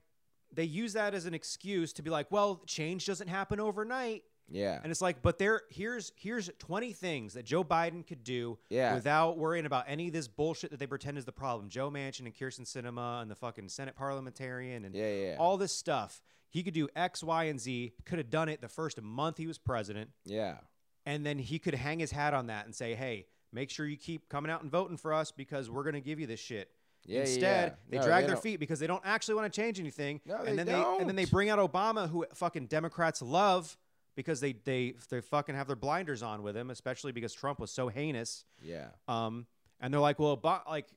they use that as an excuse to be like, well, change doesn't happen overnight. Yeah, And it's like, but there here's here's 20 things that Joe Biden could do Yeah. without worrying about any of this bullshit that they pretend is the problem. Joe Manchin and Kirsten Cinema and the fucking Senate parliamentarian and Yeah, yeah. all this stuff. He could do X, Y, and Z. Could have done it the first month he was president, yeah. and then he could hang his hat on that and say, "Hey, make sure you keep coming out and voting for us because we're gonna give you this shit." Yeah, yeah, Instead, yeah. they No, drag they their don't- feet because they don't actually want to change anything. No, and they then they and then they don't. bring out Obama, who fucking Democrats love because they they they fucking have their blinders on with him, especially because Trump was so heinous. Yeah. Um, and they're like, well, Ob- like,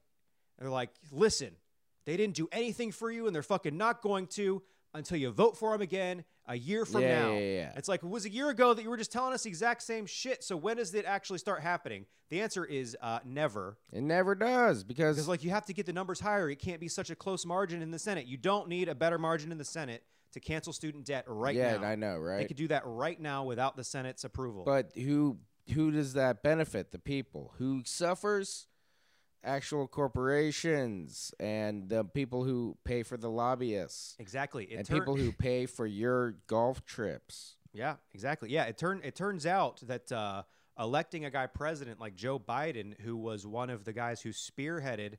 and they're like, listen, they didn't do anything for you, and they're fucking not going to until you vote for them again a year from Yeah, now. yeah, yeah. It's like it was a year ago that you were just telling us the exact same shit. So when does it actually start happening? The answer is uh, never. It never does because Because like you have to get the numbers higher. It can't be such a close margin in the Senate. You don't need a better margin in the Senate to cancel student debt right yeah, now. I know, right? They could do that right now without the Senate's approval. But who who does that benefit? The people who suffers, actual corporations and the people who pay for the lobbyists exactly. It and turn- people who pay for your golf trips. Yeah, exactly. Yeah, it turn it turns out that uh, electing a guy president like Joe Biden, who was one of the guys who spearheaded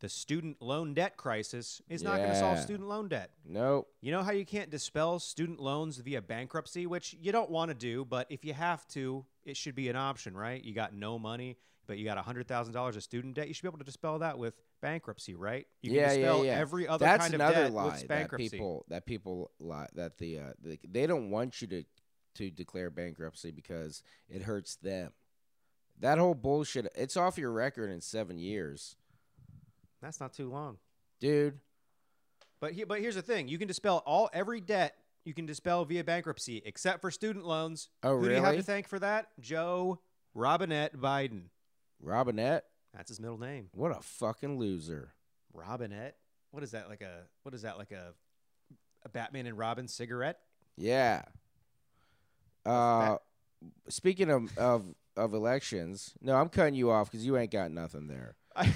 the student loan debt crisis, is not going to solve Yeah. student loan debt. Nope. You know how you can't dispel student loans via bankruptcy, which you don't want to do, but if you have to, it should be an option, right? You got no money, but you got $100,000 of student debt. You should be able to dispel that with bankruptcy, right? You yeah, can dispel yeah, yeah. every other That's kind of another debt lie with bankruptcy. that people that people lie that the, uh, the they don't want you to to declare bankruptcy because it hurts them. That whole bullshit. It's off your record in seven years, That's not too long. dude. But he, but here's the thing: you can dispel all every debt you can dispel via bankruptcy, except for student loans. Oh, Who do you have to really? thank for that? Joe Robinette Biden. Robinette, That's his middle name. what a fucking loser. Robinette. What is that like a? What is that like a? A Batman and *laughs* Robin cigarette. *laughs* Yeah. Uh, speaking of, of of elections, no, I'm cutting you off because you ain't got nothing *laughs* there. I,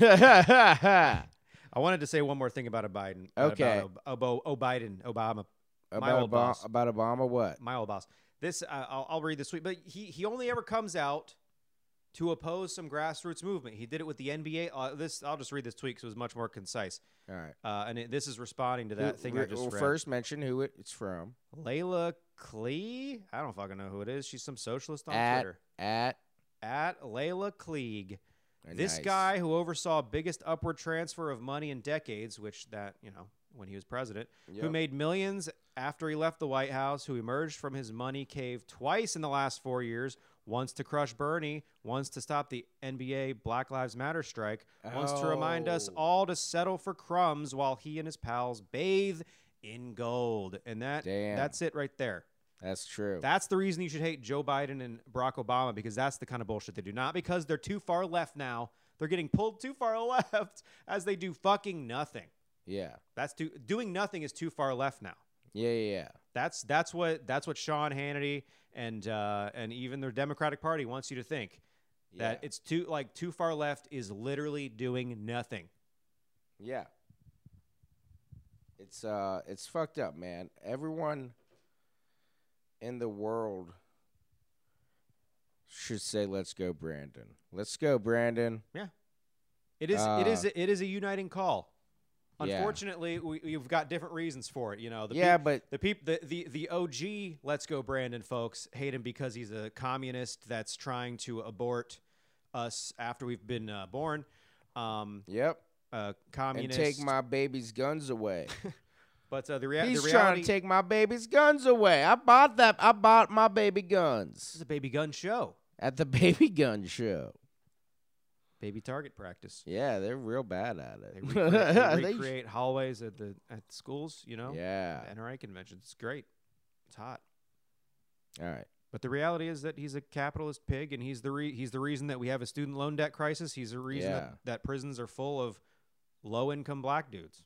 about wanted to say one more thing about a Biden. Okay. About a, Ob- Ob- Biden, Obama, my old Obama, boss. about Obama, what? my old boss. This uh, I'll, I'll read this week, but he he only ever comes out to oppose some grassroots movement. He did it with the NBA. Uh, this I'll just read this tweet because it was much more concise. All right. Uh, and it, this is responding to that Who- thing I re- just well, read. first mention who it, it's from Layla Klee. I don't fucking know who it is. She's some socialist on at Twitter. at At Layla Klieg. uh, This nice. guy who oversaw biggest upward transfer of money in decades, which that, you know, when he was president, who Yep. made millions after he left the White House, who emerged from his money cave twice in the last four years, One's to crush Bernie, one's to stop the NBA Black Lives Matter strike, one's to remind us Oh. all to settle for crumbs while he and his pals bathe in gold. And that Damn. that's it right there. That's true. That's the reason you should hate Joe Biden and Barack Obama because that's the kind of bullshit they do. Not because they're too far left now. They're getting pulled too far *laughs* left as they do fucking nothing. yeah. That's too doing nothing is too far left now. Yeah, yeah, yeah. That's that's what that's what Sean Hannity and uh, and even their Democratic Party wants you to think that Yeah. it's too like too far left is literally doing nothing. Yeah. It's uh it's fucked up, man. Everyone in the world should say let's go Brandon. Let's go Brandon. It is it is Uh, it is a uniting call. Yeah. Unfortunately, we, we've got different reasons for it. You know, the yeah, peop- but The peep, the, the the OG, let's go Brandon, folks, hate him because he's a communist that's trying to abort us after we've been uh, born. Um, yep. uh, And communist. take my baby's guns *laughs* away. but uh, the, rea- He's the trying reality. to take my baby's guns away. I bought that I bought my baby this guns is a baby gun show, at the *laughs* baby gun show. baby target practice. Yeah, they're real bad at it. *laughs* They recreate, they They sh- recreate hallways at the at schools. You know, Yeah. The NRA convention. It's great. It's hot. All right. But the reality is that he's a capitalist pig, and he's the re- he's the reason that we have a student loan debt crisis. He's the reason Yeah. that, that prisons are full of low income black dudes.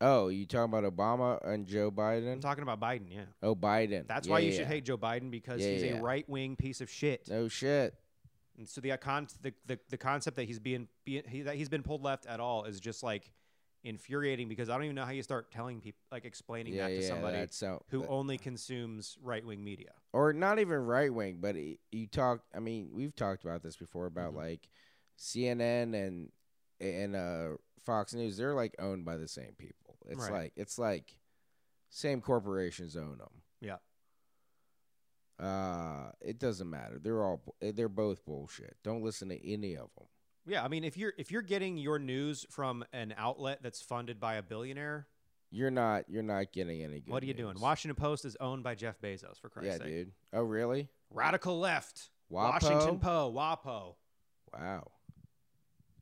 Oh, you talking about Obama and Joe Biden? I'm talking about Biden. Yeah, Oh, Biden. that's Yeah, why you yeah, should yeah. hate Joe Biden because Yeah, he's yeah. a right wing piece of shit. No shit. And so the uh, con- the, the the concept that he's being, being he, that he's been pulled left at all is just like infuriating because I don't even know how you start telling people like explaining Yeah, that to yeah. somebody That's so. who that- only consumes right wing media. or not even right wing, but y- you talk. I mean, we've talked about this before about Mhm. like CNN and and uh, Fox News. They're like owned by the same people. It's Right. like it's like same corporations own them. Yeah. Uh, it doesn't matter. They're all bu- eh, they're both bullshit. Don't listen to any of them. Yeah, I mean if you're if you're getting your news from an outlet that's funded by a billionaire, You're not you're not getting any good. what are you doing? news. Washington Post is owned by Jeff Bezos for Christ's Yeah, sake. dude. Oh, really? Radical left. WAPO? Washington Po, WAPO. Wow.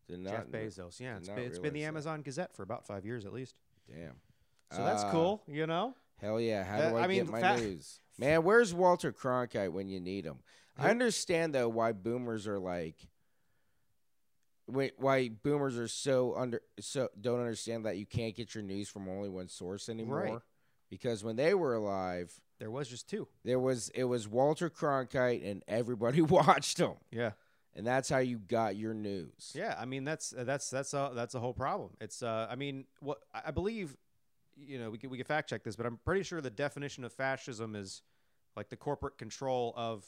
Did not Jeff kn- Bezos. Yeah, did it's not been, it's been the realize that. Amazon Gazette for about five years at least. Damn. So that's Uh, cool, you know? Hell yeah. How That- do I I, mean, get my fa- news? Man, where's Walter Cronkite when you need him? I Who- understand though why boomers are like why why boomers are so under so don't understand that you can't get your news from only one source anymore. Because when they were alive, There was just two. there was it was Walter Cronkite and everybody *laughs* watched him. Yeah. And that's how you got your news. Yeah, I mean that's that's that's uh, that's a whole problem. It's uh, I mean what I I believe, you know, we could we could fact check this, but I'm pretty sure the definition of fascism is like the corporate control of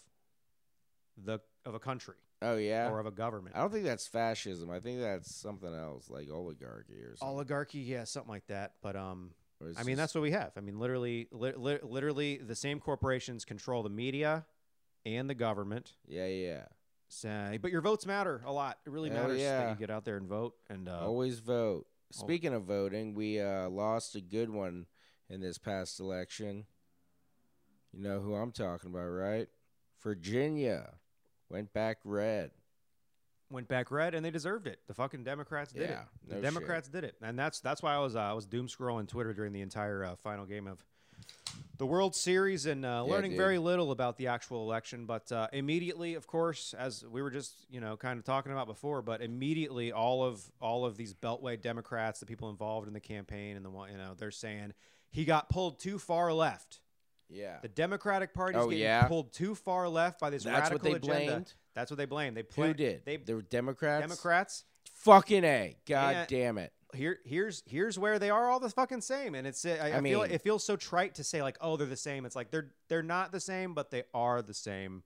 the of a country Oh yeah. or uh, of a government. I don't think that's fascism. I think that's something else, like oligarchy or something. Oligarchy, yeah, something like that. But um, Or it's I mean just- that's what we have. I mean, literally, li- li- literally, the same corporations control the media and the government. yeah, yeah. So, but your votes matter a lot. It really Hell matters that yeah. you get out there and vote. And uh, Always vote. Speaking of voting, we uh, lost a good one in this past election. You know who I'm talking about, right? Virginia went back red. went back red and they deserved it. The fucking Democrats did Yeah, it. no The Democrats did it, and that's that's why I was uh, I was doom scrolling Twitter during the entire uh, final game of the World Series and uh, Yeah, learning dude. very little about the actual election. But uh, immediately, of course, as we were just you know kind of talking about before, but immediately all of all of these Beltway Democrats, the people involved in the campaign, and the one you know they're saying he got pulled too far left. Yeah. The Democratic Party is Oh, getting yeah? pulled too far left by this That's what radical they agenda. blamed? That's what they blamed. They who pla- did? They uh, the Democrats? Democrats Fucking A. God And- damn it. here here's here's where they are all the fucking same and it's uh, I, I, I feel mean- it feels so trite to say like oh they're the same it's like they're they're not the same but they are the same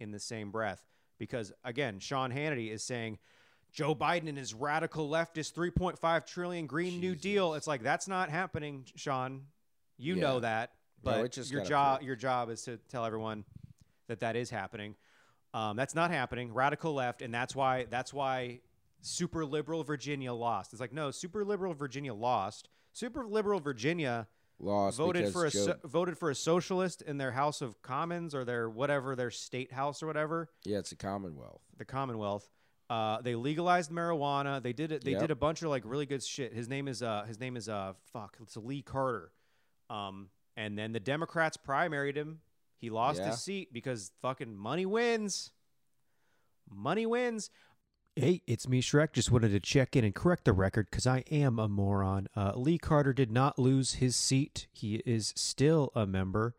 in the same breath because again Sean Hannity is saying Joe Biden and his radical leftist 3.5 trillion green new deal it's like that's not happening Sean you know Yeah. that No, but it just your got job approved. your job is to tell everyone that that is happening um, that's not happening radical left and that's why that's why super liberal Virginia lost. It's like, no, super liberal Virginia lost. Super liberal Virginia lost voted because for a Joe, so- voted for a socialist in their House of Commons or their whatever their state house or whatever yeah, it's a Commonwealth. the Commonwealth. Uh, they legalized marijuana. They did it. They Yep. did a bunch of like really good shit. His name is uh his name is uh fuck it's Lee Carter. Um, and then the Democrats primaried him. He lost Yeah. his seat because fucking money wins. Money wins. Hey, it's me, Shrek. Just wanted to check in and correct the record because I am a moron. Uh, Lee Carter did not lose his seat. He is still a member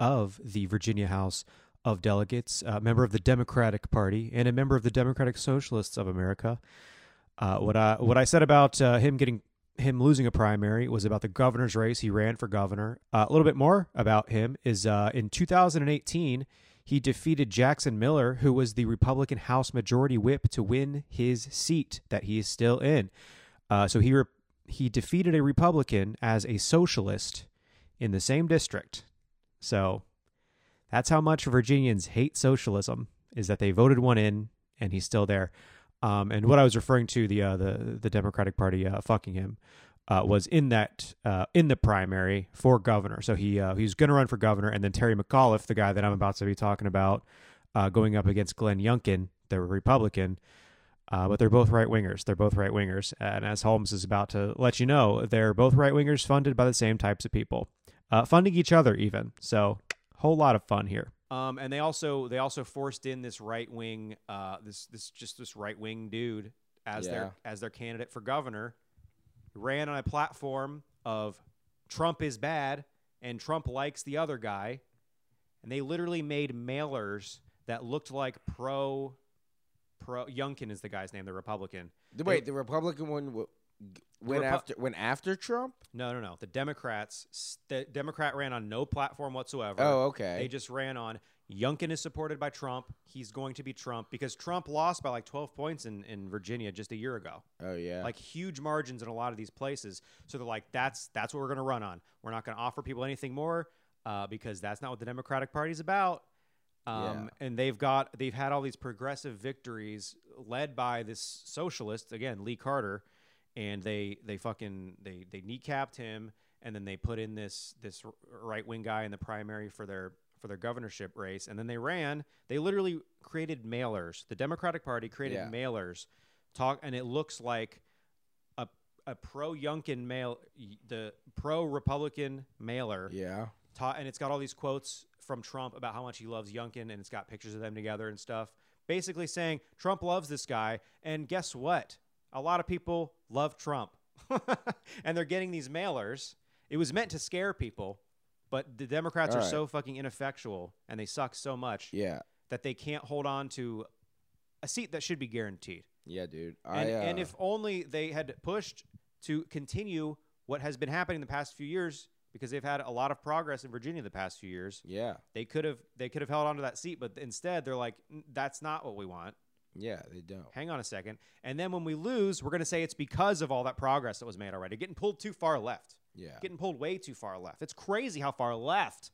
of the Virginia House of Delegates, a member of the Democratic Party, and a member of the Democratic Socialists of America. Uh, what I what I said about uh, him getting him losing a primary was about the governor's race. He ran for governor. Uh, a little bit more about him is uh, in 2018 he defeated Jackson Miller, who was the Republican House Majority Whip, to win his seat that he is still in. Uh, so he re- he defeated a Republican as a socialist in the same district. So that's how much Virginians hate socialism is that they voted one in and he's still there. Um, and what I was referring to the uh, the the Democratic Party uh, fucking him uh, was in that uh, in the primary for governor. So he uh, he's going to run for governor, and then Terry McAuliffe, the guy that I'm about to be talking about, uh, going up against Glenn Youngkin, the Republican. Uh, but they're both right wingers. They're both right wingers, and as Holmes is about to let you know, they're both right wingers funded by the same types of people, uh, funding each other even. So whole lot of fun here. Um, and they also they also forced in this right wing, uh, this this just this right wing dude as Yeah. their as their candidate for governor. Ran on a platform of Trump is bad and Trump likes the other guy, and they literally made mailers that looked like pro pro Youngkin is the guy's name, the Republican. The- Wait, the Republican one w- g- went Repu- after went after Trump. No, no, no. The Democrats, s- the Democrat ran on no platform whatsoever. Oh, okay. They just ran on Yunkin is supported by Trump. He's going to be Trump because Trump lost by like 12 points in, in Virginia just a year ago. Oh yeah, Like huge margins in a lot of these places. So they're like, that's that's what we're going to run on. We're not going to offer people anything more uh, because that's not what the Democratic Party's about. Um, And they've got they've had all these progressive victories led by this socialist again, Lee Carter, and they they fucking they they kneecapped him, and then they put in this this right wing guy in the primary for their for their governorship race, and then they ran. They literally created mailers. The Democratic Party created Yeah. mailers, talk, and it looks like a a pro Yunkin mail, the pro Republican mailer yeah. ta- and it's got all these quotes from Trump about how much he loves Yunkin, and it's got pictures of them together and stuff, basically saying Trump loves this guy, and guess what? A lot of people love Trump, *laughs* and they're getting these mailers. It was meant to scare people, but the Democrats All are right. so fucking ineffectual, and they suck so much Yeah, that they can't hold on to a seat that should be guaranteed. yeah, dude. I, And, and uh, if only they had pushed to continue what has been happening the past few years, because they've had a lot of progress in Virginia the past few years, yeah, they could have they could have held on to that seat, but instead they're like, "N- that's not what we want. yeah, they don't. Hang on a second, and then when we lose, we're going to say it's because of all that progress that was made already. Getting pulled too far left, Yeah, getting pulled way too far left. It's crazy how far left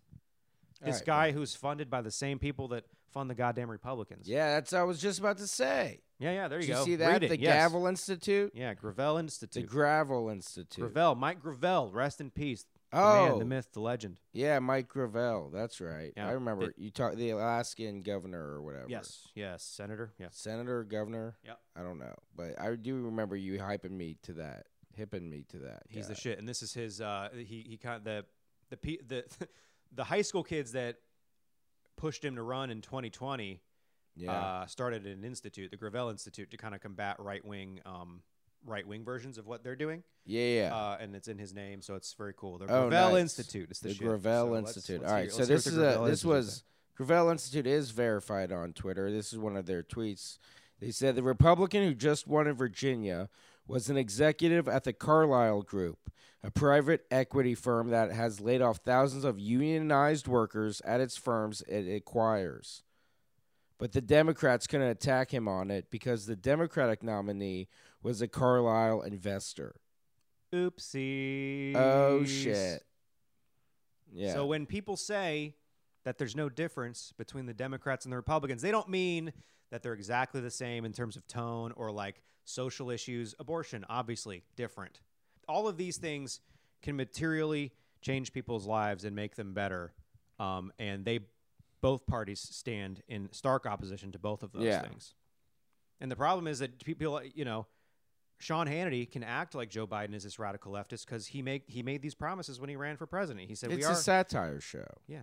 All this right, guy who's funded by the same people that fund the goddamn Republicans. yeah. That's what I was just about to say. yeah, yeah, there you Did you go. see that Read it, the yes. Gavel Institute? Yeah, Gravel The Institute. Gravel Institute. Gravel, Mike Gravel, rest in peace. The man, Oh. the myth, the legend. Yeah, Mike Gravel. That's right. Yeah, I remember the- you talk the Alaskan governor or whatever. Yes, yes, Senator. Yes. senator, or governor. Yep. I don't know, but I do remember you hyping me to that, hipping me to that. He's the guy. shit, and this is his. Uh, he he kind of the the pe- the *laughs* the high school kids that pushed him to run in 2020 yeah. uh, started an institute, the Gravel Institute, to kind of combat right wing um, right wing versions of what they're doing. yeah, yeah. Uh, and it's in his name, so it's very cool. The Oh, Gravel nice. Institute. It's the, the shit. Gravel So let's- Institute. let's All hear- right, so let's hear this what the is Gravel a this Institute was said. Gravel Institute is verified on Twitter. This is one of their tweets. They said the Republican who just won in Virginia was an executive at the Carlyle Group, a private equity firm that has laid off thousands of unionized workers at its firms it acquires. But the Democrats couldn't attack him on it because the Democratic nominee was a Carlyle investor. Oopsie. Oh shit. Yeah. So when people say that there's no difference between the Democrats and the Republicans, they don't mean that they're exactly the same in terms of tone or like social issues. Abortion, obviously, different. All of these things can materially change people's lives and make them better. Um, and they both parties stand in stark opposition to both of those Yeah. things. And the problem is that people, you know, Sean Hannity can act like Joe Biden is this radical leftist because he make he made these promises when he ran for president. He said we It's are, a satire show. yeah,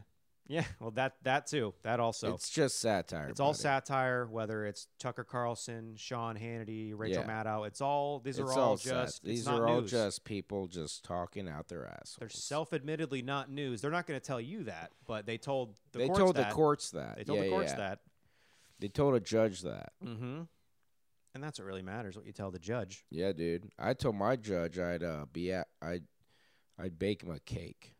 yeah. Well, that that too, that also. it's just satire. It's all buddy. satire, whether it's Tucker Carlson, Sean Hannity, Rachel Yeah. Maddow. It's all these It's are all, sat- just These it's not are all news. just people just talking out their assholes. they're self-admittedly not news. They're not going to tell you that, but they told the they courts told that. the courts that. They told yeah, the courts yeah. that. They told a judge that. Mm-hmm. And that's what really matters. What you tell *laughs* the judge. Yeah, dude. I told my judge I'd uh, be at I'd I'd bake him a cake,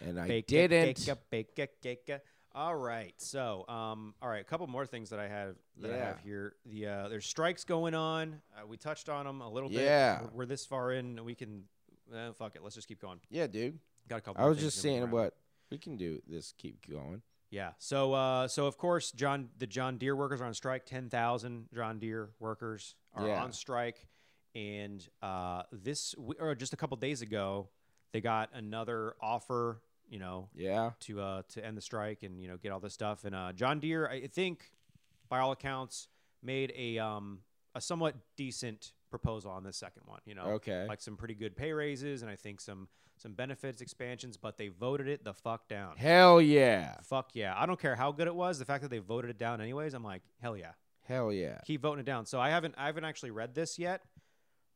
and I Bake a didn't. cake, a bake a cake, a- All right. So, um, all right. A couple more things that I have that I have Yeah. here. The uh, there's strikes going on. Uh, we touched on them a little bit. Yeah. We're, we're this far in. We can. Uh, fuck it. Let's just keep going. Yeah, dude. Got a couple. I more was things just and then we'll saying wrap what we can do. This keep going. Yeah. So uh, so of course John the John Deere workers are on strike. Ten thousand John Deere workers are Yeah. on strike, and uh, this w- or just a couple days ago they got another offer. You know Yeah, to uh, to end the strike and you know get all this stuff. And uh, John Deere, I think, by all accounts, made a um, a somewhat decent proposal on this second one. You know, Okay. like some pretty good pay raises and I think some some benefits expansions, but they voted it the fuck down. hell yeah, Fuck yeah. I don't care how good it was. The fact that they voted it down anyways, I'm like, hell yeah. hell yeah. Keep voting it down. So I haven't I haven't actually read this yet.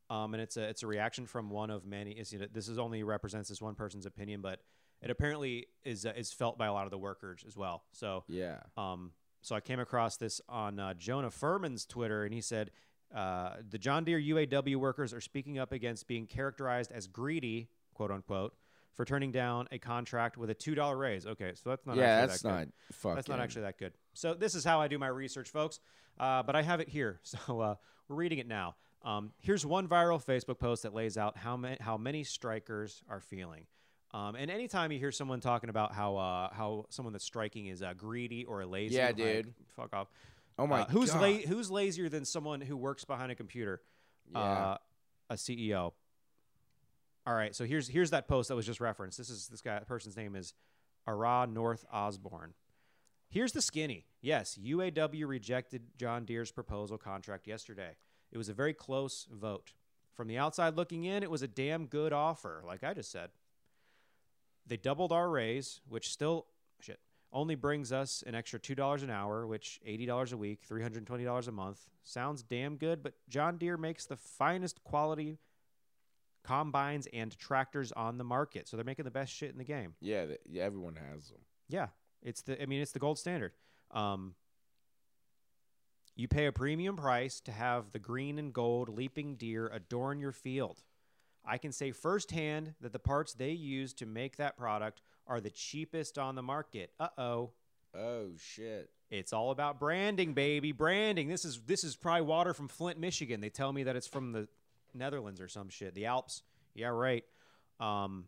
Um, and it's a it's a reaction from one of many. Is you know, this is only represents this one person's opinion, but it apparently is uh, is felt by a lot of the workers as well. So Yeah, um, so I came across this on uh, Jonah Furman's Twitter, and he said uh, the John Deere UAW workers are speaking up against being characterized as greedy, quote unquote, for turning down a contract with a two dollar raise. Okay, so that's not yeah. actually That's that not good. fucking. that's not actually that good. So this is how I do my research, folks. Uh, but I have it here, *laughs* so uh, we're reading it now. Um, here's one viral Facebook post that lays out how many how many strikers are feeling. Um, and anytime you hear someone talking about how uh, how someone that's striking is uh, greedy or lazy, Yeah, like, dude. fuck off. Oh my. Uh, who's God. la- who's lazier than someone who works behind a computer? Yeah. Uh, a CEO. All right, so here's here's that post that was just referenced. This is this guy person's name is Ara North Osborne. Here's the skinny. Yes, UAW rejected John Deere's proposal contract yesterday. It was a very close vote. From the outside looking in, it was a damn good offer, like I just said. They doubled our raise, which still shit only brings us an extra two dollars an hour, which eighty dollars a week, three hundred twenty dollars a month sounds damn good. But John Deere makes the finest quality combines and tractors on the market, so they're making the best shit in the game. Yeah, th- yeah, everyone has them. Yeah, it's the. I mean, it's the gold standard. Um, you pay a premium price to have the green and gold leaping deer adorn your field. I can say firsthand that the parts they use to make that product are the cheapest on the market. Uh oh. Oh shit. It's all about branding, baby. Branding. This is this is probably water from Flint, Michigan. They tell me that it's from the Netherlands or some shit. The Alps. Yeah, right. Um,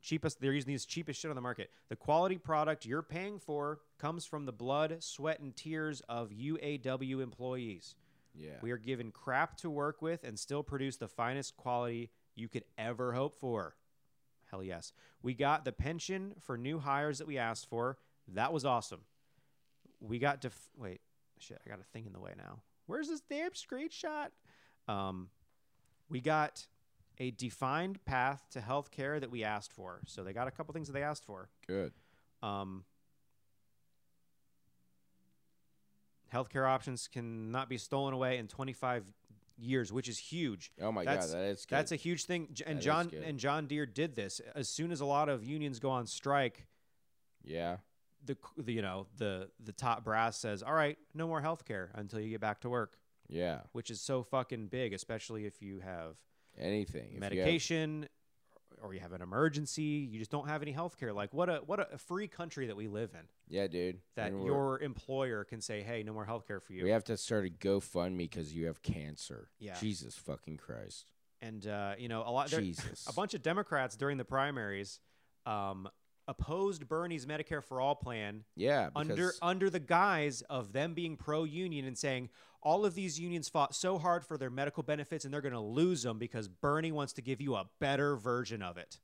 cheapest. They're using these cheapest shit on the market. The quality product you're paying for comes from the blood, sweat, and tears of UAW employees. Yeah. We are given crap to work with and still produce the finest quality you could ever hope for. Hell yes. We got the pension for new hires that we asked for. That was awesome. We got to def- wait. Shit, I got a thing in the way now. Where's this damn screenshot? Um, we got a defined path to health care that we asked for. So they got a couple things that they asked for. Good. Um, healthcare options cannot be stolen away in 25 years, which is huge. Oh my that's, god, that is good. That's a huge thing. J- And That is John good. and John Deere did this. As soon as a lot of unions go on strike, yeah. the, c- the you know the the top brass says, "All right, no more healthcare until you get back to work," Yeah. which is so fucking big, especially if you have Anything. If you have- medication or you have an emergency. You just don't have any healthcare. Like what a what a free country that we live in. yeah, dude. that And we're- your employer can say, "Hey, no more healthcare for you." We have to start a GoFundMe because you have cancer. Yeah. Jesus fucking Christ. and uh, you know, a lot, there, Jesus. a bunch of Democrats during the primaries um, opposed Bernie's Medicare for All plan Yeah. under because- under the guise of them being pro union and saying, all of these unions fought so hard for their medical benefits and they're going to lose them because Bernie wants to give you a better version of it.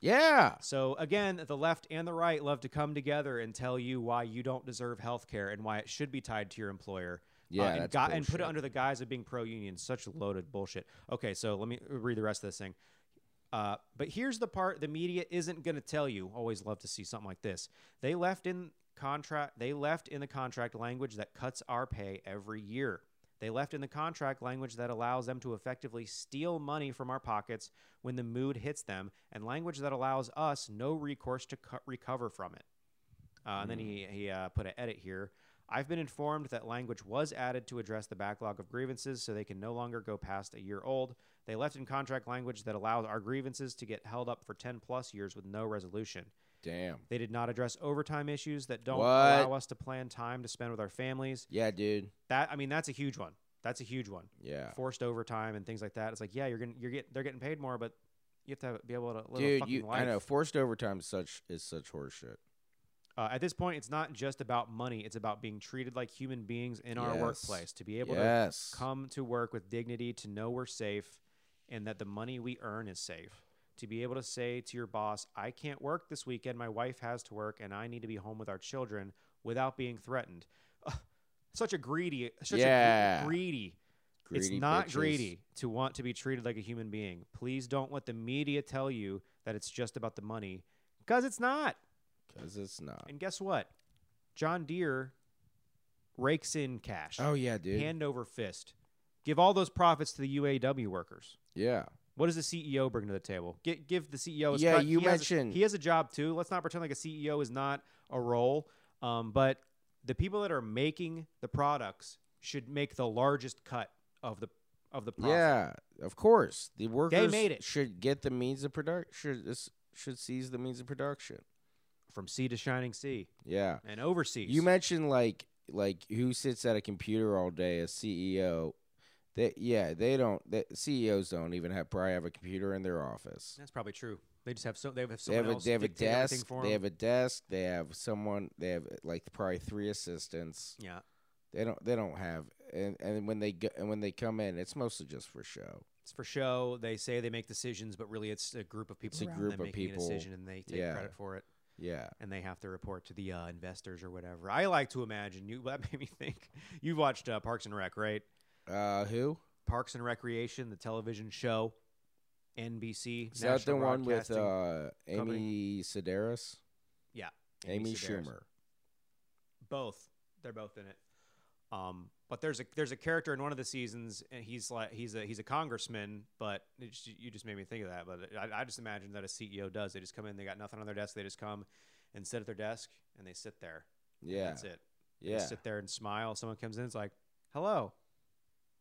Yeah. So again, the left and the right love to come together and tell you why you don't deserve health care and why it should be tied to your employer. Yeah, Uh, and, that's got- and put it bullshit. under the guise of being pro-union. Such loaded bullshit. Okay, so let me read the rest of this thing. Uh, but here's the part the media isn't going to tell you. Always love to see something like this. They left in contract. They left in the contract language that cuts our pay every year. They left in the contract language that allows them to effectively steal money from our pockets when the mood hits them, and language that allows us no recourse to co- recover from it. Uh, Mm. and then he, he uh, put an edit here. I've been informed that language was added to address the backlog of grievances so they can no longer go past a year old. They left in contract language that allows our grievances to get held up for 10 plus years with no resolution. Damn. They did not address overtime issues that don't What? allow us to plan time to spend with our families. Yeah, dude. That I mean that's a huge one. That's a huge one. Yeah. Forced overtime and things like that. It's like yeah, you're going to you're getting they're getting paid more but you have to have, be able to live a Dude, fucking you life. I know forced overtime is such is such horseshit. Uh, at this point, it's not just about money; it's about being treated like human beings in our Yes. workplace. To be able Yes. to come to work with dignity, to know we're safe, and that the money we earn is safe. To be able to say to your boss, "I can't work this weekend. My wife has to work, and I need to be home with our children," without being threatened. Ugh, such a greedy, such Yeah. a gre- greedy. Greedy It's not bitches. greedy to want to be treated like a human being. Please don't let the media tell you that it's just about the money, because it's not. Cause it's not. And guess what? John Deere rakes in cash. Oh yeah, dude. Hand over fist. Give all those profits to the UAW workers. yeah. What does the CEO bring to the table? Gi- give the CEO. His Yeah, cut. you He has a- mentioned- he has a job too. Let's not pretend like a CEO is not a role. Um, but the people that are making the products should make the largest cut of the of the profit. Yeah. Of course. The workers made it. should get the means of production should should seize the means of production. From sea to shining sea Yeah. and overseas. You mentioned like like who sits at a computer all day as CEO. They yeah, they don't the CEOs don't even have probably have a computer in their office. That's probably true. They just have so they have They someone have, a, else they have a dictate everything desk. for They them. have a desk. They have someone. They have like probably three assistants. yeah. They don't. They don't have. And and when they go, and when they come in, it's mostly just for show. it's for show. They say they make decisions, but really it's a group of people. It's a around group them of making people. A decision, and they take Yeah. credit for it, Yeah. and they have to report to the uh, investors or whatever. I like to imagine you. *laughs* That made me think. You watched uh, Parks and Rec, right? Uh, who Parks and Recreation, the television show, NBC. is that? The National one with Broadcasting- uh, Amy Company. Sedaris, yeah, Amy Sedaris. Schumer. both they're both in it um but there's a there's a character in one of the seasons and he's like he's a he's a congressman but it just, you just made me think of that but I, I just imagine that a ceo does they just come in they got nothing on their desk they just come and sit at their desk and they sit there and Yeah. that's it They Yeah. just sit there and smile someone comes in it's like hello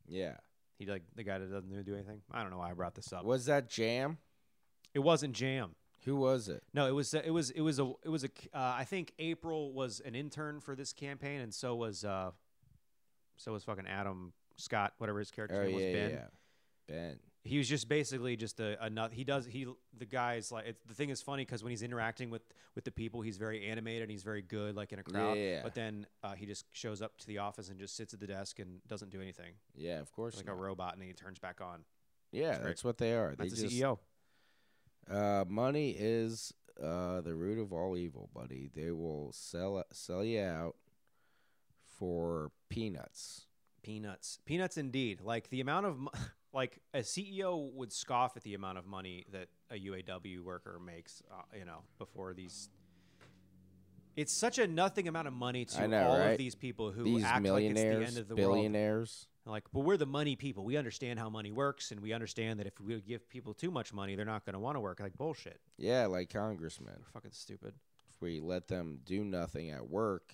Yeah. he like the guy that doesn't do anything i don't know why i brought this up Was that Jam? it wasn't jam Who was it? no, it was it was it was a it was a uh, I think April was an intern for this campaign, and so was uh, so was fucking Adam Scott, whatever his character Oh name was. yeah, Ben. yeah. Ben. He was just basically just a, a nut. He does he the guy's like it's, the thing is funny because when he's interacting with with the people, he's very animated and he's very good, like in a crowd. Yeah. But then uh, he just shows up to the office and just sits at the desk and doesn't do anything, Yeah, of course. like a not. robot, and he turns back on. yeah, that's, right. what they are. They That's a E just CEO. uh, money is uh, the root of all evil, buddy. They will sell sell you out for peanuts. Peanuts. Peanuts indeed. Like the amount of mo- *laughs* like a CEO would scoff at the amount of money that a UAW worker makes, uh, you know, before these it's such a nothing amount of money to I know, all right? of these people who These act like it's the millionaires, end of the world. billionaires. Like, but we're the money people. We understand how money works and we understand that if we give people too much money, they're not going to want to work. Like bullshit. Yeah, like congressmen. They're fucking stupid. If we let them do nothing at work,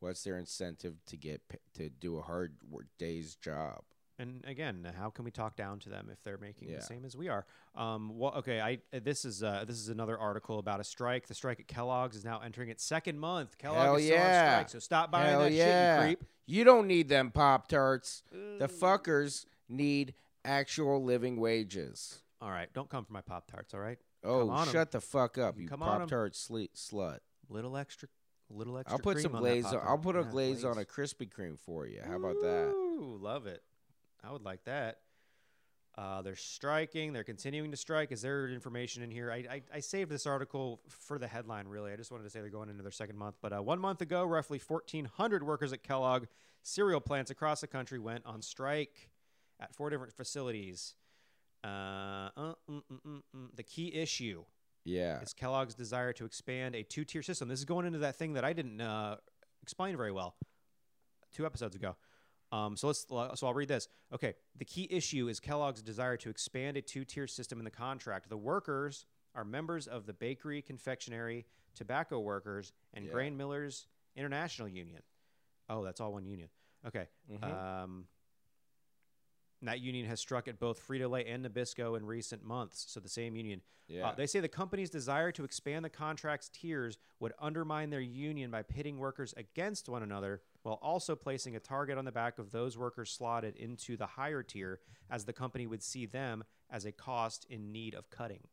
what's their incentive to get pa- to do a hard wor- day's job? and again, how can we talk down to them if they're making Yeah. the same as we are? Um, wha- okay, I uh, this is uh, this is another article about a strike. The strike at Kellogg's is now entering its second month. Kellogg's Hell is yeah. still on strike, so stop buying Hell that yeah. shit, you creep. You don't need them Pop Tarts. The Mm. fuckers need actual living wages. All right, don't come for my pop tarts. All right, Oh, Come on 'em. shut the fuck up, you Come on 'em. Pop Tart slut. little extra, A little I'll extra. put cream some on that glaze. On, popcorn. I'll put a Yeah, glaze on a please. Krispy Kreme for you. How about that? Ooh, love it. I would like that. Uh, they're striking. They're continuing to strike. Is there information in here? I, I, I saved this article for the headline, really. I just wanted to say they're going into their second month. But uh, one month ago, roughly 1,400 workers at Kellogg cereal plants across the country went on strike at four different facilities. Uh, uh, mm, mm, mm, mm. The key issue Yeah. is Kellogg's desire to expand a two tier system. This is going into that thing that I didn't uh, explain very well two episodes ago. Um, so let's so I'll read this. Okay, the key issue is Kellogg's desire to expand a two tier system in the contract. The workers are members of the bakery, confectionery, tobacco workers, and Yeah. grain millers international union. Oh, that's all one union. Okay. Mm-hmm. Um, that union has struck at both Frito Lay and Nabisco in recent months. So the same union. Uh, Yeah. they say the company's desire to expand the contract's tiers would undermine their union by pitting workers against one another, while also placing a target on the back of those workers slotted into the higher tier, as the company would see them as a cost in need of cutting.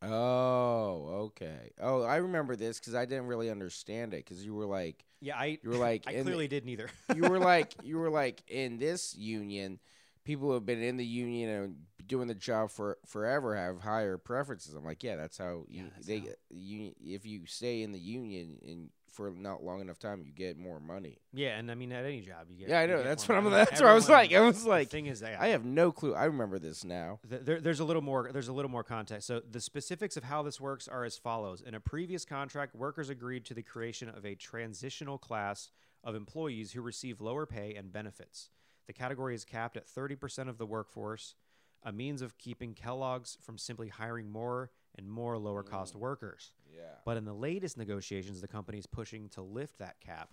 Oh, okay. Oh, I remember this because I didn't really understand it because you were like, Yeah, I You were like, *laughs* I in the- clearly didn't either. you were like, you were like in this union, people who have been in the union and doing the job for forever have higher preferences. I'm like, yeah, that's how you, that's they how. you if you stay in the union and for not long enough time, you get more money. yeah, and I mean at any job you get. Yeah, I you know, get that's more what I'm- money. *laughs* that's what I was Everyone- like, I was the like, thing is, yeah, I have no clue. I remember this now. Th- There, there's a little more. There's a little more context. So the specifics of how this works are as follows: In a previous contract, workers agreed to the creation of a transitional class of employees who receive lower pay and benefits. The category is capped at 30% of the workforce, a means of keeping Kellogg's from simply hiring more and more lower-cost workers. Yeah. But in the latest negotiations, the company is pushing to lift that cap,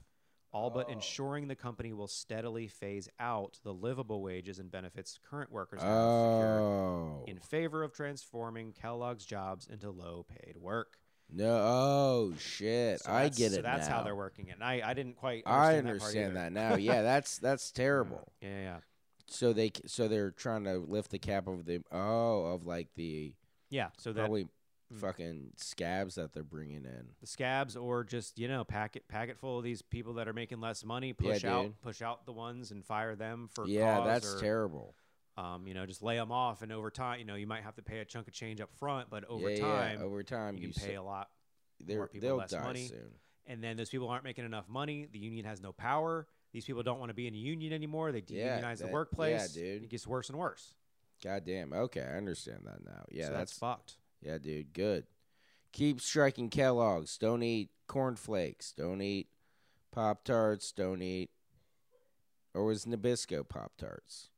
all but ensuring the company will steadily phase out the livable wages and benefits current workers have secured Oh in favor of transforming Kellogg's jobs into low-paid work. no! Oh shit! So I that's- get it. So that's how now. they're working it. And I, I didn't quite. I Understand understand that, that, now. Yeah, that's that's terrible. part either. *laughs* Yeah, yeah, So they c- so they're trying to lift the cap of the oh of like the yeah. So that Hmm. probably fucking scabs that they're bringing in. the scabs, or just you know, packet packet full of these people that are making less money, push out dude. push out the ones and fire them for yeah, cause that's or, terrible. um, you know, just lay them off, and over time, you know, you might have to pay a chunk of change up front, but over yeah, time, yeah. over time you you, can pay s- a lot. they're- more people they'll less die money. soon. And then those people aren't making enough money. The union has no power. These people don't want to be in a union anymore. They Yeah, deunionize the that- workplace. yeah, dude. It gets worse and worse. God damn. Okay, I understand that now. Yeah, so that's, that's, fucked. yeah, dude. Good. Keep striking Kellogg's. Don't eat cornflakes. Don't eat Pop Tarts. Don't eat or was Nabisco Pop Tarts?